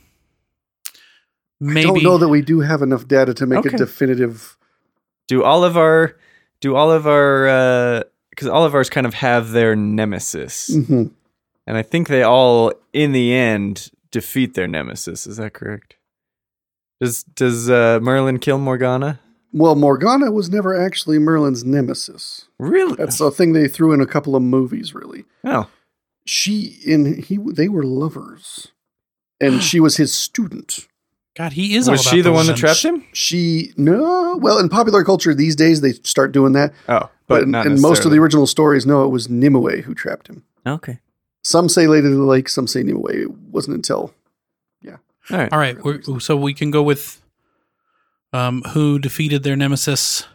maybe
Don't know that we do have enough data to make
Okay.
a definitive.
do all of our do all of our because all of ours kind of have their nemesis
Mhm.
and i think they all in the end defeat their nemesis is that correct does does uh, merlin kill morgana
Well, Morgana was never actually Merlin's nemesis.
really
That's a thing they threw in a couple of movies. Really,
oh
she and he they were lovers,
[gasps]
and she was his student.
God, he is. all
was
about
she the one that
women.
trapped him
She no well in popular culture these days they start doing that,
oh
but,
but
in,
not
in most of the
necessarily.
original stories, no, it was Nimue who trapped him.
okay
Some say Lady of the Lake, some say Nimue. It wasn't until
all right
All right, we're, so we can go with um who defeated their nemesis.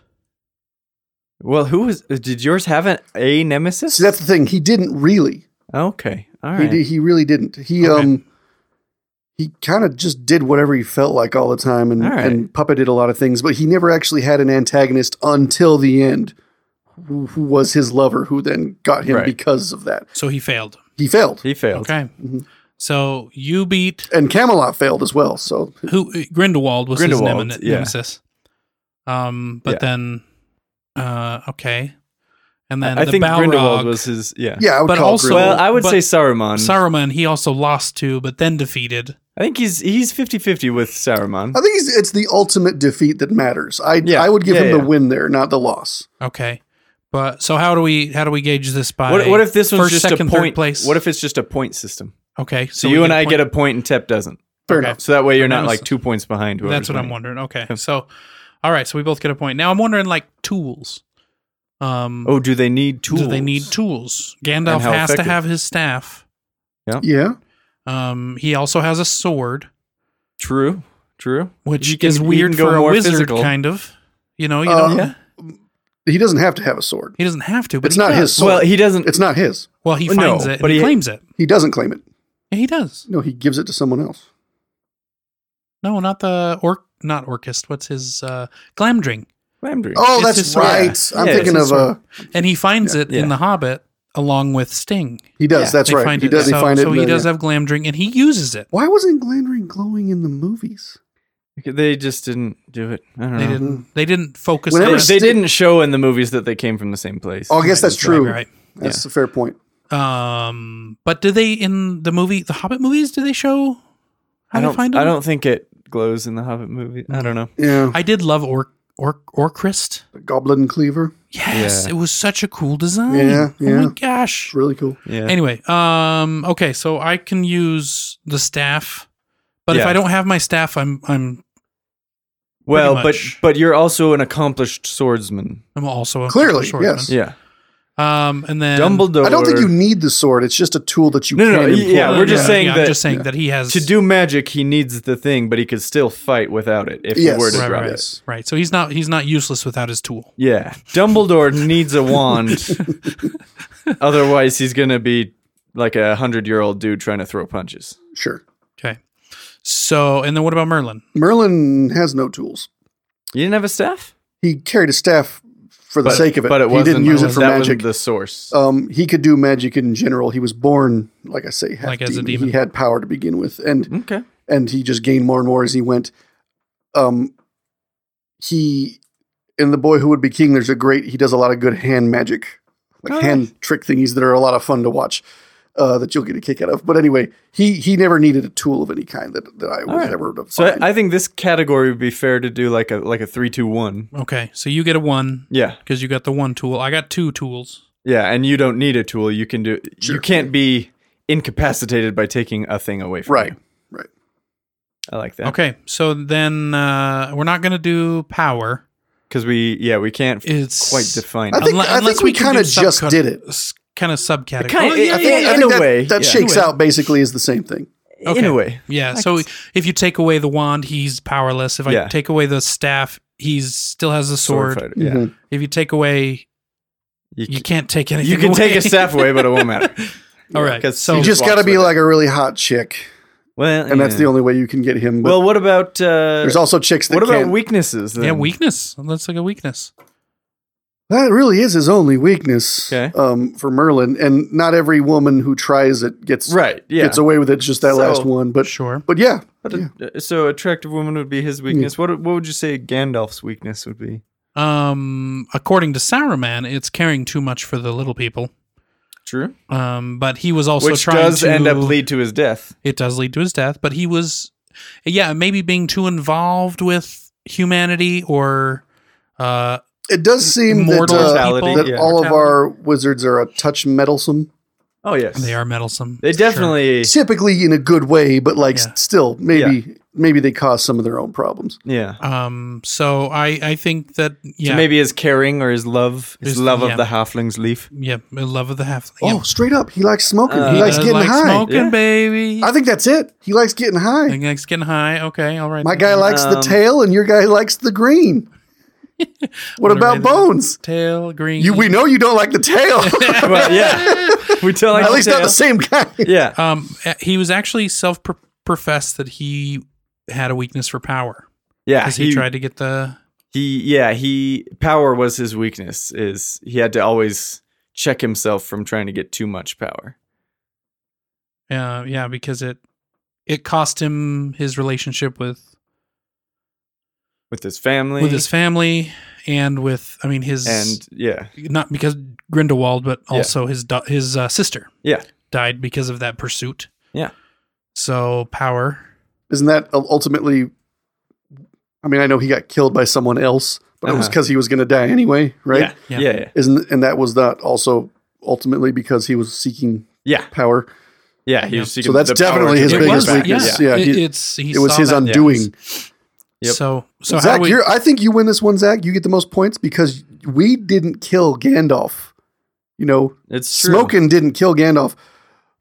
well who was did yours have an, a nemesis
see that's the thing. He didn't really.
okay all
He
right
He, he really didn't. He
Okay.
um he kind of just did whatever he felt like all the time and,
All right.
and puppeted a lot of things, but he never actually had an antagonist until the end, who, who was his lover, who then got him
Right.
because of that.
So he failed.
He failed.
he failed
Okay.
mm-hmm.
So you beat
And Camelot failed as well. So
who uh, Grindelwald was
Grindelwald,
his nemen-
yeah.
nemesis. Um, but
Yeah.
then, uh, okay, and then
i
the
think
Balrog,
grindelwald was his yeah,
yeah, I would
But
call
also-
Grindel-
well i would
But-
say saruman
Saruman. He also lost to, but then defeated.
i think he's he's 50-50 with saruman
I think it's, it's the ultimate defeat that matters. I
Yeah.
I would give
Yeah,
him
yeah.
the win there, not the loss.
Okay, but so how do we how do we gauge this by
What, what if this one's
first,
just
second,
a
third
point?
place?
What if it's just a point system?
okay?
So, you and I
point.
get a point and Tep doesn't.
Fair
Okay.
enough.
So that way you're not
That was-
like two points behind. whoever's
That's what I'm
winning.
wondering. Okay, so all right, so we both get a point. Now I'm wondering like tools. Um,
Oh, do they need tools?
do they need tools? Gandalf
And how
has
effective.
to have his staff.
Yeah.
Um, he also has a sword,
True, true.
which
You can-
is
you
weird
can go
for a
more
wizard,
physical.
kind of. You know, you
Uh,
don't.
Yeah. He doesn't have to have a sword.
He doesn't have to, but
It's
he
not
does.
his sword.
Well, he doesn't.
it's not his.
Well, he
No,
finds it,
but
and he,
he-
claims it.
He doesn't claim it.
Yeah, he does.
No, he gives it to someone else.
No, not the orc, not orcist. What's his uh, glamdring?
Landry.
Oh,
It's his
that's
sword.
right. I'm
Yeah, it's
thinking
his
of uh
And he finds it
Yeah.
in The Hobbit along with Sting.
he does.
Yeah,
that's
They
right.
find
He does.
So,
He find it.
so
in
he
the-
does have glamdring, and he uses it.
Why wasn't Glandry glowing in the movies?
They just didn't do it. I don't
They
know.
didn't. They didn't focus.
They,
Mm-hmm. Whenever
on
they
it.
Sting-
didn't show in the movies that they came from the same place.
Oh, I guess that's
Right,
true.
right.
That's a fair point.
Um, but do they in the movie, the Hobbit movies? Do they show how
I
they
don't.
find him?
I don't think it glows in the Hobbit movie. I don't know.
Yeah,
I did love Orc Orc Orcrist.
the Goblin Cleaver.
Yes,
Yeah.
it was such a cool design.
Yeah,
Oh
yeah.
my gosh.
It's really cool.
Yeah.
Anyway, um, okay, so I can use the staff, but if
Yeah.
I don't have my staff, I'm I'm
well, but
much.
but you're also an accomplished swordsman.
I'm also a
Clearly,
swordsman.
yes.
Yeah.
Um, and then
Dumbledore.
I don't think you need the sword. It's just a tool that you
No,
can
no, no,
employ.
yeah, we're just saying
I'm
that-
just saying that he has
to do magic. He needs the thing, but he could still fight without it if
Yes.
he were to
right,
drop
right,
it.
right, right. So he's not he's not useless without his tool.
Yeah. Dumbledore needs
[laughs]
a wand. Otherwise, he's going to be like a 100 year old dude trying to throw punches.
Sure.
Okay. So and then what about Merlin?
Merlin has no tools.
You didn't have a staff?
He carried a staff for the
But-
sake of it.
But it
he
wasn't,
didn't use it for
that
magic.
wasn't the source.
um, he could do magic in general. He was born, like I say, half
Like as a demon.
He had power to begin with, and
okay.
and he just gained more and more as he went. Um, he in the boy who would be king. There's a great. He does a lot of good hand magic, like
Oh,
hand trick thingies that are a lot of fun to watch. Uh, that you'll get a kick out of. But anyway, he he never needed a tool of any kind that, that I was
right.
ever to find.
So I, I think this category would be fair to do like a like a three two one.
Okay, so you get a one
Yeah,
because you got the one tool. I got two tools.
yeah, and you don't need a tool. You can do.
Sure.
You can't be incapacitated by taking a thing away from
right,
you.
right.
I like that.
Okay, so then uh, we're not gonna do power.
Because we yeah we can't
It's
quite define.
I
it.
think- I think we kinda just did it.
kind of subcategory.
Kinda-
Oh, yeah,
I
yeah,
think-
yeah,
I
think
in a
that,
way,
that
yeah.
shakes
Anyway.
out basically is the same thing.
In
okay.
a way,
yeah. So if you take away the wand, he's powerless. If I
Yeah.
take away the staff, he still has the sword.
fighter, Yeah,
Mhm.
if you take away,
you,
you
can,
can't take anything.
you can take
away.
a staff away, but it won't matter.
[laughs] All right.
'Cause
So
You
he
just
walks
got to be
with it.
like a really hot chick,
well,
and that's
yeah.
the only way you can get him. But
Well, what about uh,
there's also chicks that
what about
can't-
weaknesses? Then?
yeah, weakness. Let's look at weakness.
That really is his only weakness
Okay.
um, for Merlin, and not every woman who tries it gets
Right. Yeah.
gets away with it. Just that
So-
last one, but
Sure.
but yeah,
But
yeah.
a- uh, so attractive woman would be his weakness. What what would you say Gandalf's weakness would be?
Um, according to Saruman, it's caring too much for the little people.
True.
Um, but he was also
Which
trying
does
to
end up lead to his death.
it does lead to his death but he was yeah maybe being too involved with humanity or uh
it does seem that,
mortal
uh,
Mortality,
people
that
yeah.
all of our wizards are a touch meddlesome,
Oh yes,
they are meddlesome
They
Sure.
[laughs]
definitely.
typically in a good way, but like
Yeah.
s- still maybe maybe they cause some of their own problems.
Yeah.
um so i i think that yeah
So maybe his caring or his love, his,
His-
love
yeah.
of the halfling's
[laughs]
leaf.
yeah the love of the half
Oh, straight up, he likes smoking.
Uh,
he
yeah.
likes
Does
getting
like
high.
smoking
Yeah.
baby
I think that's it. He likes getting high.
He likes getting high okay all right
My guy likes the
Um,
tail, and your guy likes the green. what about
Underrated.
bones?
tail green
You, we know you don't like the tail.
Well, yeah, we tell like
[laughs] At least not
tale.
the same guy. [laughs]
Yeah.
um uh, he was actually self professed that he had a weakness for power
Yeah.
because he,
Ah, He,
tried to get the
he yeah he power was his weakness. Is he had to always check himself from trying to get too much power.
uh, yeah because it it cost him his relationship with
with his family
with his family and with I mean his
and yeah
not because Grindelwald but
Yeah.
also his do- his uh, sister
yeah
died because of that pursuit.
Yeah.
So power.
Isn't that u- ultimately? I mean, I know he got killed by someone else, but it was
Uh-huh.
because he was going to die anyway, right?
Yeah.
yeah yeah yeah
Isn't and that was not also ultimately because he was seeking
yeah,
power.
yeah. He was
So
seeking
that's
the power
definitely
to
his
get
biggest
back.
weakness.
yeah.
Yeah,
It,
he-
it's he
it was
saw
his
that.
undoing.
Yep.
So so how
Zach,
do we
you're, I think you win this one, Zach. You get the most points because we didn't kill Gandalf. You know,
It's true.
smoking didn't kill Gandalf.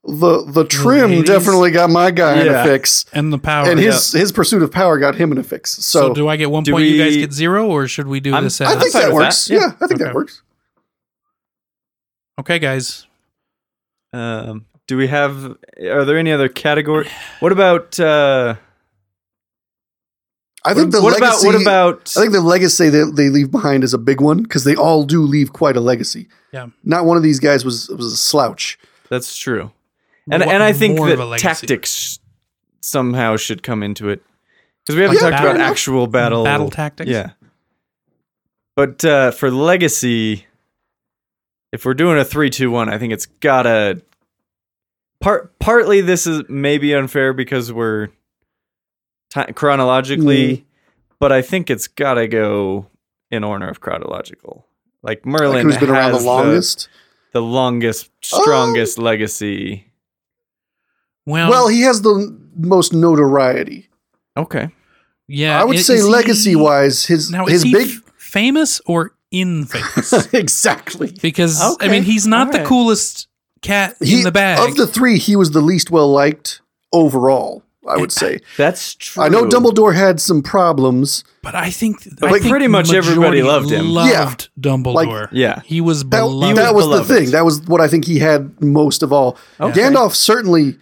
The the trim
ladies?
definitely got my guy in
Yeah.
a fix,
and the power.
and his his pursuit of power got him in a fix.
so,
So,
do I get one
Do
point? you guys
we-
get zero, or should we do
I'm-
this?
I
As,
think
fine
that
with
works.
that.
Yeah.
Yeah.
I think
Okay.
that works.
okay, guys.
Um, do we have? Are there any other category? What about? Uh,
I think the
what
legacy.
about? What about?
I think the legacy that they leave behind is a big one because they all do leave quite a legacy.
Yeah.
Not one of these guys was was a slouch.
that's true. And
What
and I think
more of a
that
legacy?
tactics somehow should come into it because we haven't
Yeah,
talked
battle-
about actual battle
battle tactics?
Yeah. But uh, for legacy, if we're doing a three, two, one, I think it's gotta. Part partly this is maybe unfair because we're ti chronologically,
Mm.
but I think it's gotta go in order of chronological. Like Merlin
Like who's been around the
has
longest? Um,
the, longest, strongest legacy.
Well,
well, he has the most notoriety.
Okay,
yeah.
I would
is-
say
is he-
legacy wise, his
Now,
his
is he [laughs]
big [laughs]
f- famous or infamous?
exactly.
Because I
Okay,
mean, he's not the
alright.
coolest cat in the bag.
Of the three, he was the least well liked overall. I would say.
that's true.
I know Dumbledore had some problems.
but I think, I
Like,
think
pretty much everybody
majority
loved him.
Loved Dumbledore.
Yeah,
he was
That,
beloved.
that was
beloved.
the thing. That was what I think he had most of all. Gandalf certainly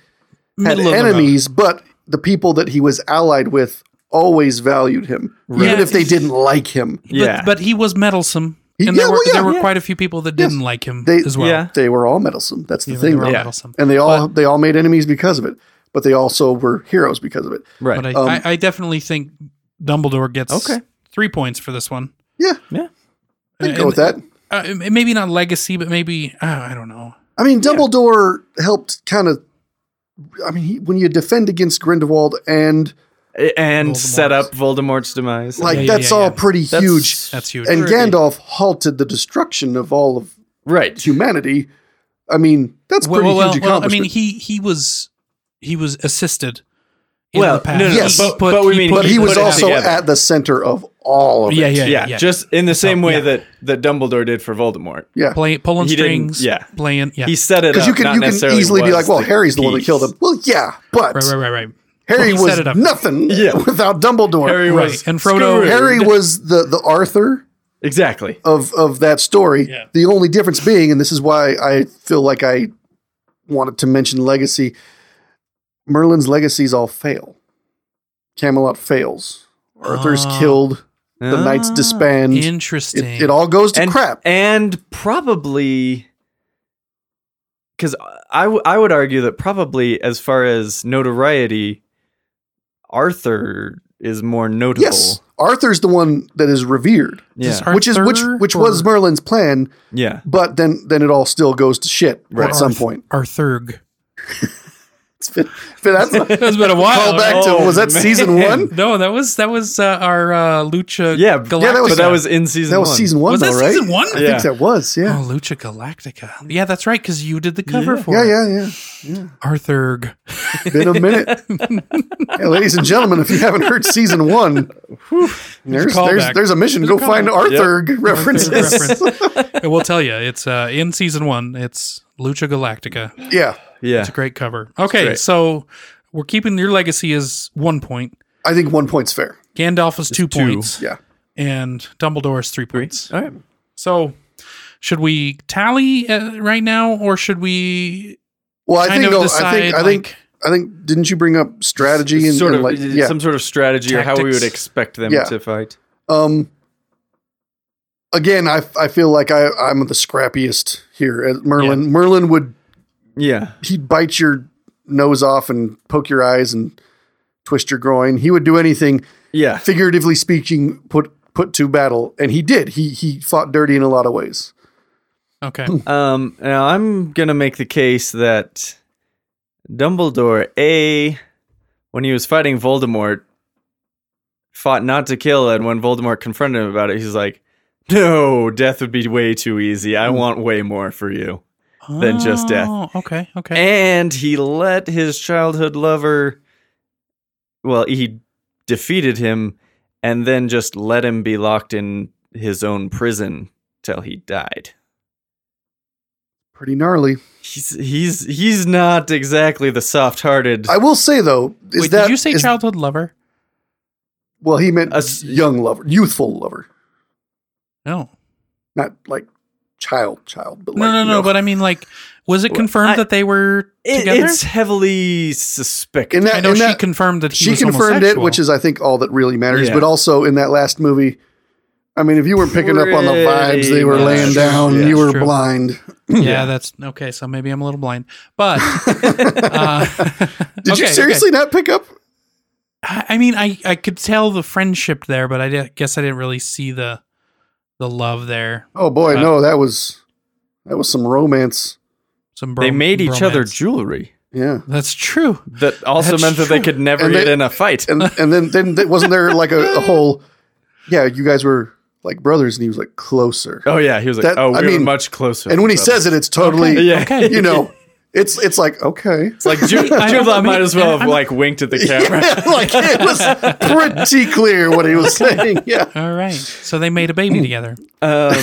Middle
had
of the road.
enemies, but the people that he was allied with always valued him, even
Yeah.
if they didn't like him.
But,
yeah,
but he was meddlesome,
He-
and there
yeah,
were
well, yeah,
there were
yeah.
quite a few people that
Yes.
didn't like him
They-
as well.
Yeah.
They were all meddlesome. That's the
They
thing,
were all
though.
Yeah.
meddlesome.
and they all they all made enemies because of it. But they also were heroes because of it.
right.
But I,
Um,
I, I definitely think Dumbledore gets
Okay.
three points for this one.
Yeah,
Yeah.
I'd
And-
go with that.
Uh, m- maybe not legacy, but maybe uh, I don't know.
I mean, Dumbledore helped kind of. I mean, he, when you defend against Grindelwald, and
and
Voldemort's.
set up Voldemort's demise.
like
Yeah, yeah,
that's
yeah,
all
yeah.
pretty
That's-
huge.
That's huge.
And
pretty-
Gandalf halted the destruction of all of
right.
humanity. I mean, that's pretty huge
I
accomplishment.
mean, he he was he was assisted. In
Well,
the past.
no, no,
no,
He
but-
put-
but we
he
mean
put-
but he,
he
was
put it
also
together.
at the center of all of
yeah,
it.
yeah,
Yeah,
yeah, yeah.
just in the same way
yeah.
that that Dumbledore did for Voldemort.
Yeah.
Play, pulling
He didn't-
strings.
yeah.
playing. Yeah,
He set it up.
Because you can
not
you can
necessarily
easily be
was
like, well,
the
Harry's the one that
piece.
killed him. Well, yeah, but
right, right, right, right.
Harry
Well, he set
was
it up.
nothing
Yeah.
[laughs] without Dumbledore.
Harry
Harry,
Right,
was
and Frodo-
screwed.
was the the Arthur
exactly.
of of that story.
Yeah.
The only difference being, and this is why I feel like I wanted to mention legacy. Merlin's legacies all fail. Camelot fails. Arthur's
Ah.
killed. The knights
Ah.
disband.
Interesting.
It, it all goes to
and
crap.
and probably because I w- I would argue that probably as far as notoriety, Arthur is more notable.
Yes, Arthur's the one that is revered,
Yeah.
Is Arthur-
which is which which was
or-
Merlin's plan,
yeah.
but then then it all still goes to shit
Right.
at some
Arth-
point. [laughs]
Arthurg.
It's been, been-
[laughs]
that's a
That's been a while.
call back to
Oh,
was that
man.
season one?
No, that was that was uh, our uh, Lucha.
Yeah.
Galactica.
Yeah, that was-
but that was in season.
That was
one.
season one,
Was that
though, right?
season one?
I
Yeah.
think that was. Yeah,
Oh, Lucha Galactica. Yeah, that's right, because you did the cover for
yeah,
it.
yeah, yeah.
Arthurg.
Been a minute, yeah, ladies and gentlemen. If you haven't heard season one, there's
callback.
there's, there's a mission. Go find Arthur [laughs] references.
[laughs] I will tell you, it's uh, in season one. It's Lucha Galactica.
yeah,
Yeah.
It's a great cover. Okay,
great.
so we're keeping your legacy as one point.
I think one point's fair.
Gandalf is two,
two.
points,
Yeah,
and Dumbledore is three points.
All right.
So, should we tally uh, right now, or should we
well, I
kind
think
of
I'll- I
decide?
think I think
like,
I think didn't you bring up strategy and,
sort of
and like yeah
some sort of strategy or how we would
Tactics.
expect them
Yeah.
to fight.
um again I I feel like I I'm the scrappiest here at Merlin Merlin would
Yeah.
he'd bite your nose off and poke your eyes and twist your groin he would do anything
Yeah.
figuratively speaking put put to battle and he did he he fought dirty in a lot of ways
okay,
Um, now I'm gonna make the case that Dumbledore, a, when he was fighting Voldemort, fought not to kill, and when Voldemort confronted him about it, he's like, "No, death would be way too easy. I want way more for you." than just death.
Oh, Okay, okay.
And he let his childhood lover, well, he defeated him, and then just let him be locked in his own prison till he died.
Pretty gnarly.
He's he's he's not exactly the soft-hearted.
I will say though, is
Wait,
that
did you say
is-
childhood lover?
Well, he meant
A s-
young lover, youthful lover,
No.
not like child, child. But
No,
like,
no,
you
no.
know.
But I mean, like, was it confirmed
I-
that they were
It-
together?
it's heavily suspected.
in [laughs] that,
I know
in
she
that,
confirmed that he
she
was
confirmed it,
homosexual.
which is I think all that really matters.
Yeah.
But also in that last movie, I mean, if you weren't picking up on the vibes they were
Pretty
laying
much.
down,
Yeah,
you were
true.
[laughs]
blind.
yeah, that's okay. So maybe I'm a little blind, but uh,
[laughs]
[laughs]
Did
okay,
you
okay.
seriously not pick up?
I I mean, I I could tell the friendship there, but I di- guess I didn't really see the the love there.
Oh boy,
Uh,
no, that was that was some romance.
Some bro-
they made each other
bromance.
jewelry
Yeah,
That's true.
that also
That's
meant that they
true.
could never
And
get
they-
in a
[laughs]
fight.
and and then then th- wasn't there like a, a whole? Yeah, you guys were like brothers, and he was like closer.
oh yeah, he was like,
That-
"Oh, we
I
were
mean,
much closer."
And when he
brother.
says it, it's totally
Yeah.
Okay.
you know, it's it's like okay.
It's like Jude,
I
Jude
know,
Law
I
might
mean,
as well have
I'm-
like winked at the camera.
[laughs] Yeah, [laughs] like it was pretty clear what he was saying.
[laughs]
Yeah.
All right. So they made a
[laughs]
baby together.
Um,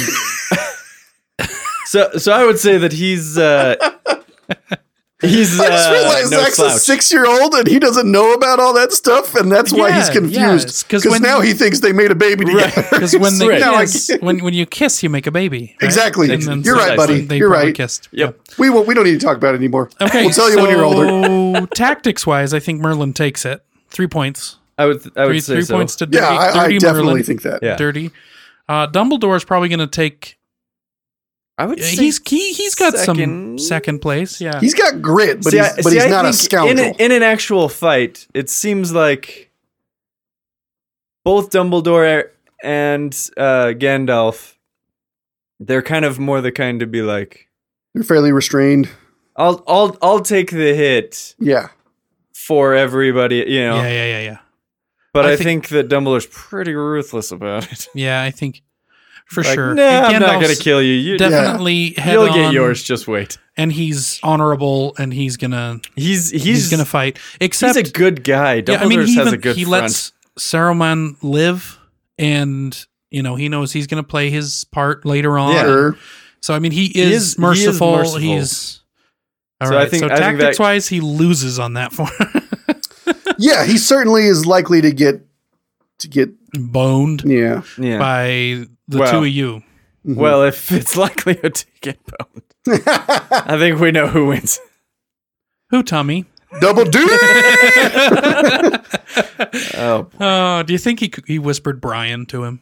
so, so I would say that he's
[laughs]
uh, he's.
I just
uh,
realized
no
Zach's a
slouch.
six year old and he doesn't know about all that stuff, and that's why he's
Yeah,
confused.
yes, 'cause
Because
when-
now he thinks they made a baby together.
Because when
[laughs]
they
Right.
Now I
kiss,
get it.
when when you kiss, you make a baby. right?
Exactly.
And then
You're
so
right,
that's
buddy.
when They
You're
probably
right.
Kissed.
Yep.
we won't, we don't need to talk about it anymore.
Okay.
We'll tell you when you're older.
[laughs] So tactics wise, I think Merlin takes it. Three points.
I would. I would
Three,
say
three
so.
points to dirty,
Yeah, I, I
dirty
definitely
Merlin.
think that.
Yeah.
Dirty. Uh, Dumbledore's probably going to take. uh,
I would. Say
He's he, he's got some
second.
second place. Yeah.
He's got grit, but
See,
he's,
I-
but
see,
he's
I
not
think in a-
a scoundrel.
In, an actual fight, it seems like both Dumbledore and uh, Gandalf, they're kind of more the kind to be like,
You're fairly restrained.
"I'll, I'll, I'll take the hit
Yeah.
for everybody," you know.
yeah. Yeah. Yeah. Yeah.
But
I
I,
think-
think, that Dumbledore's pretty ruthless about it.
Yeah. I think for
Like,
sure.
Nah,
And
I'm not gonna
Gandalf's
kill you. you
Definitely head
you'll
on,
get yours. Just wait.
And he's honorable, and he's gonna
He's he's,
he's, gonna fight. Except
he's a good guy. Dumbledore
yeah, I mean, he,
has
even,
a good
he
front.
lets Saruman live, and you know he knows he's going to play his part later on.
Yeah.
Sure.
So I mean, he is,
is- he is
merciful.
merciful.
He's all right.
So I think-
so
I think that-
tactics wise, he loses on that [laughs] one.
Yeah, he certainly is likely to get to get
Boned
yeah.
yeah.
by the
Well.
two of you.
Well, if it's [laughs] likely to get boned, I think we know who wins.
Who, Tommy?
[laughs] Double duty.
Oh,
Oh, do you think he he whispered Brian to
[laughs]
him?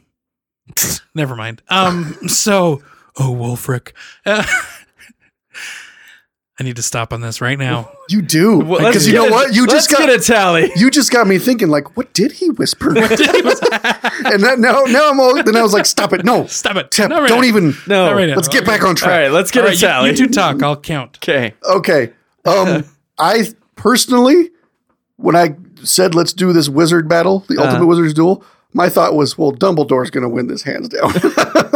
Never mind. Um. So, oh Wolfric. Uh, [laughs] I need to stop on this right now.
you do. Because you know what? You just got
get a tally.
you just got me thinking like what did he whisper [laughs] and that now now i'm all then i was like stop it no
Stop it!
Tep,
Not right
don't
now.
even
No,
Not right now.
let's get
Okay.
back on
All
track
right, let's get
All
a
right, you-
tally.
You, two talk. I'll count.
okay.
okay
[laughs]
um i personally when i said let's do this wizard battle the
Uh-huh.
ultimate wizard's duel my thought was well dumbledore's going to win this hands down [laughs]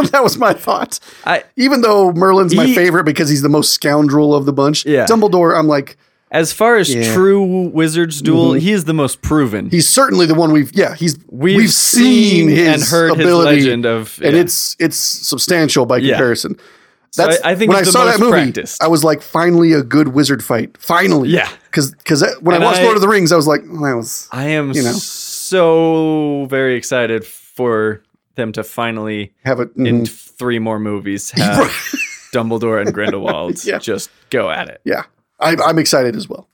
that was my thought
I
even though merlin's my
He-
favorite because he's the most scoundrel of the bunch
Yeah.
dumbledore i'm like
as far as
Yeah. Mm-hmm.
true wizards duel, he is the most proven.
he's certainly the one we've yeah he's we've, seen, his
and heard
ability
his legend of
and
yeah.
it's it's substantial by
Yeah.
comparison. That's
I- I think
when I
it's the
saw that
most
movie,
practiced.
I was like, finally a good wizard fight. Finally,
Yeah.
Because because when
And
I watched
I-
Lord of the Rings, I was like, oh, that was
I am
you know.
so very excited for them to finally
have it.
in
mm,
three more
[laughs]
movies have Dumbledore and Grindelwald
Yeah.
just go at it.
yeah, I, I'm excited as well.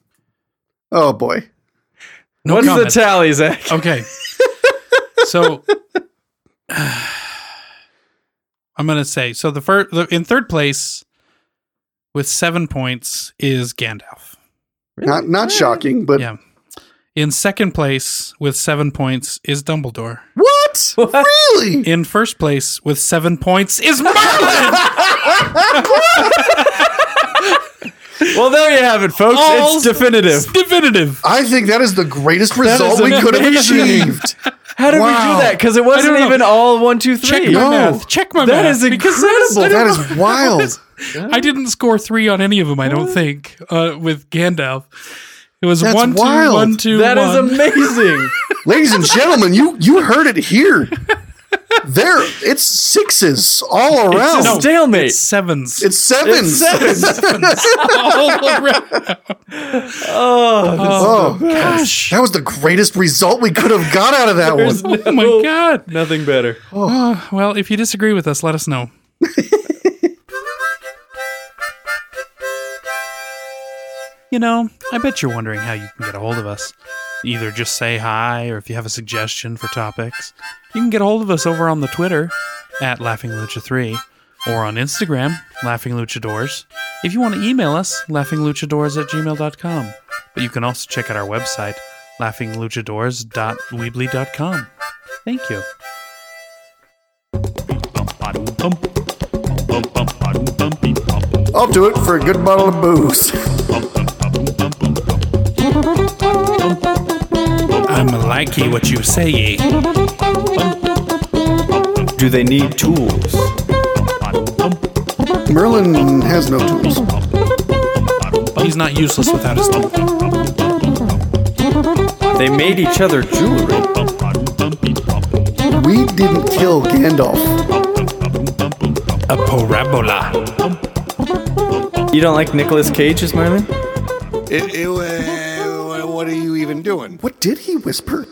Oh boy,
No
What's
comment.
the tally, Zach?
okay. so [sighs] I'm gonna say so. The first the, in third place with seven points is Gandalf.
not not shocking, but
Yeah. In second place with seven points is Dumbledore.
[laughs]
what? Really?
In first place with seven points
[laughs]
is Merlin.
Well, there you have it, folks.
All
it's definitive.
It's definitive.
I think that is the greatest result we could have
amazing. [laughs]
achieved.
How did we
Wow.
do that? Because it wasn't
I don't
even
know.
all one, two,
Check
three.
my
No.
math. Check my
That
math.
is incredible.
That
[laughs]
is wild.
I didn't score three on any of them. I don't think uh, with Gandalf. It was
That's
one two
wild.
one two
That
one. [laughs]
is amazing.
Ladies and gentlemen, you you heard it here. There, it's sixes all around.
no. stalemate.
It's sevens.
It's
[laughs]
sevens.
all around.
oh,
Gosh.
that was the greatest result we could have got out of that one.
Oh my God.
Nothing better.
Well, if you disagree with us, let us know. you know, I bet you're wondering how you can get a hold of us. Either just say hi or if you have a suggestion for topics. You can get a hold of us over on the Twitter at Laughing Lucha 3 or on Instagram, Laughing Luchadors. If you want to email us, laughingluchadors at gmail.com. But you can also check out our website, laughingluchadors.weebly.com. Thank you.
I'll do it for a good bottle of booze.
I'm likey what you say.
Do they need tools?
Merlin has no tools.
He's not useless without his tool.
They made each other jewelry.
We didn't kill Gandalf.
A parabola.
You don't like Nicolas Cage's Merlin?
what are you even doing? What did he whisper?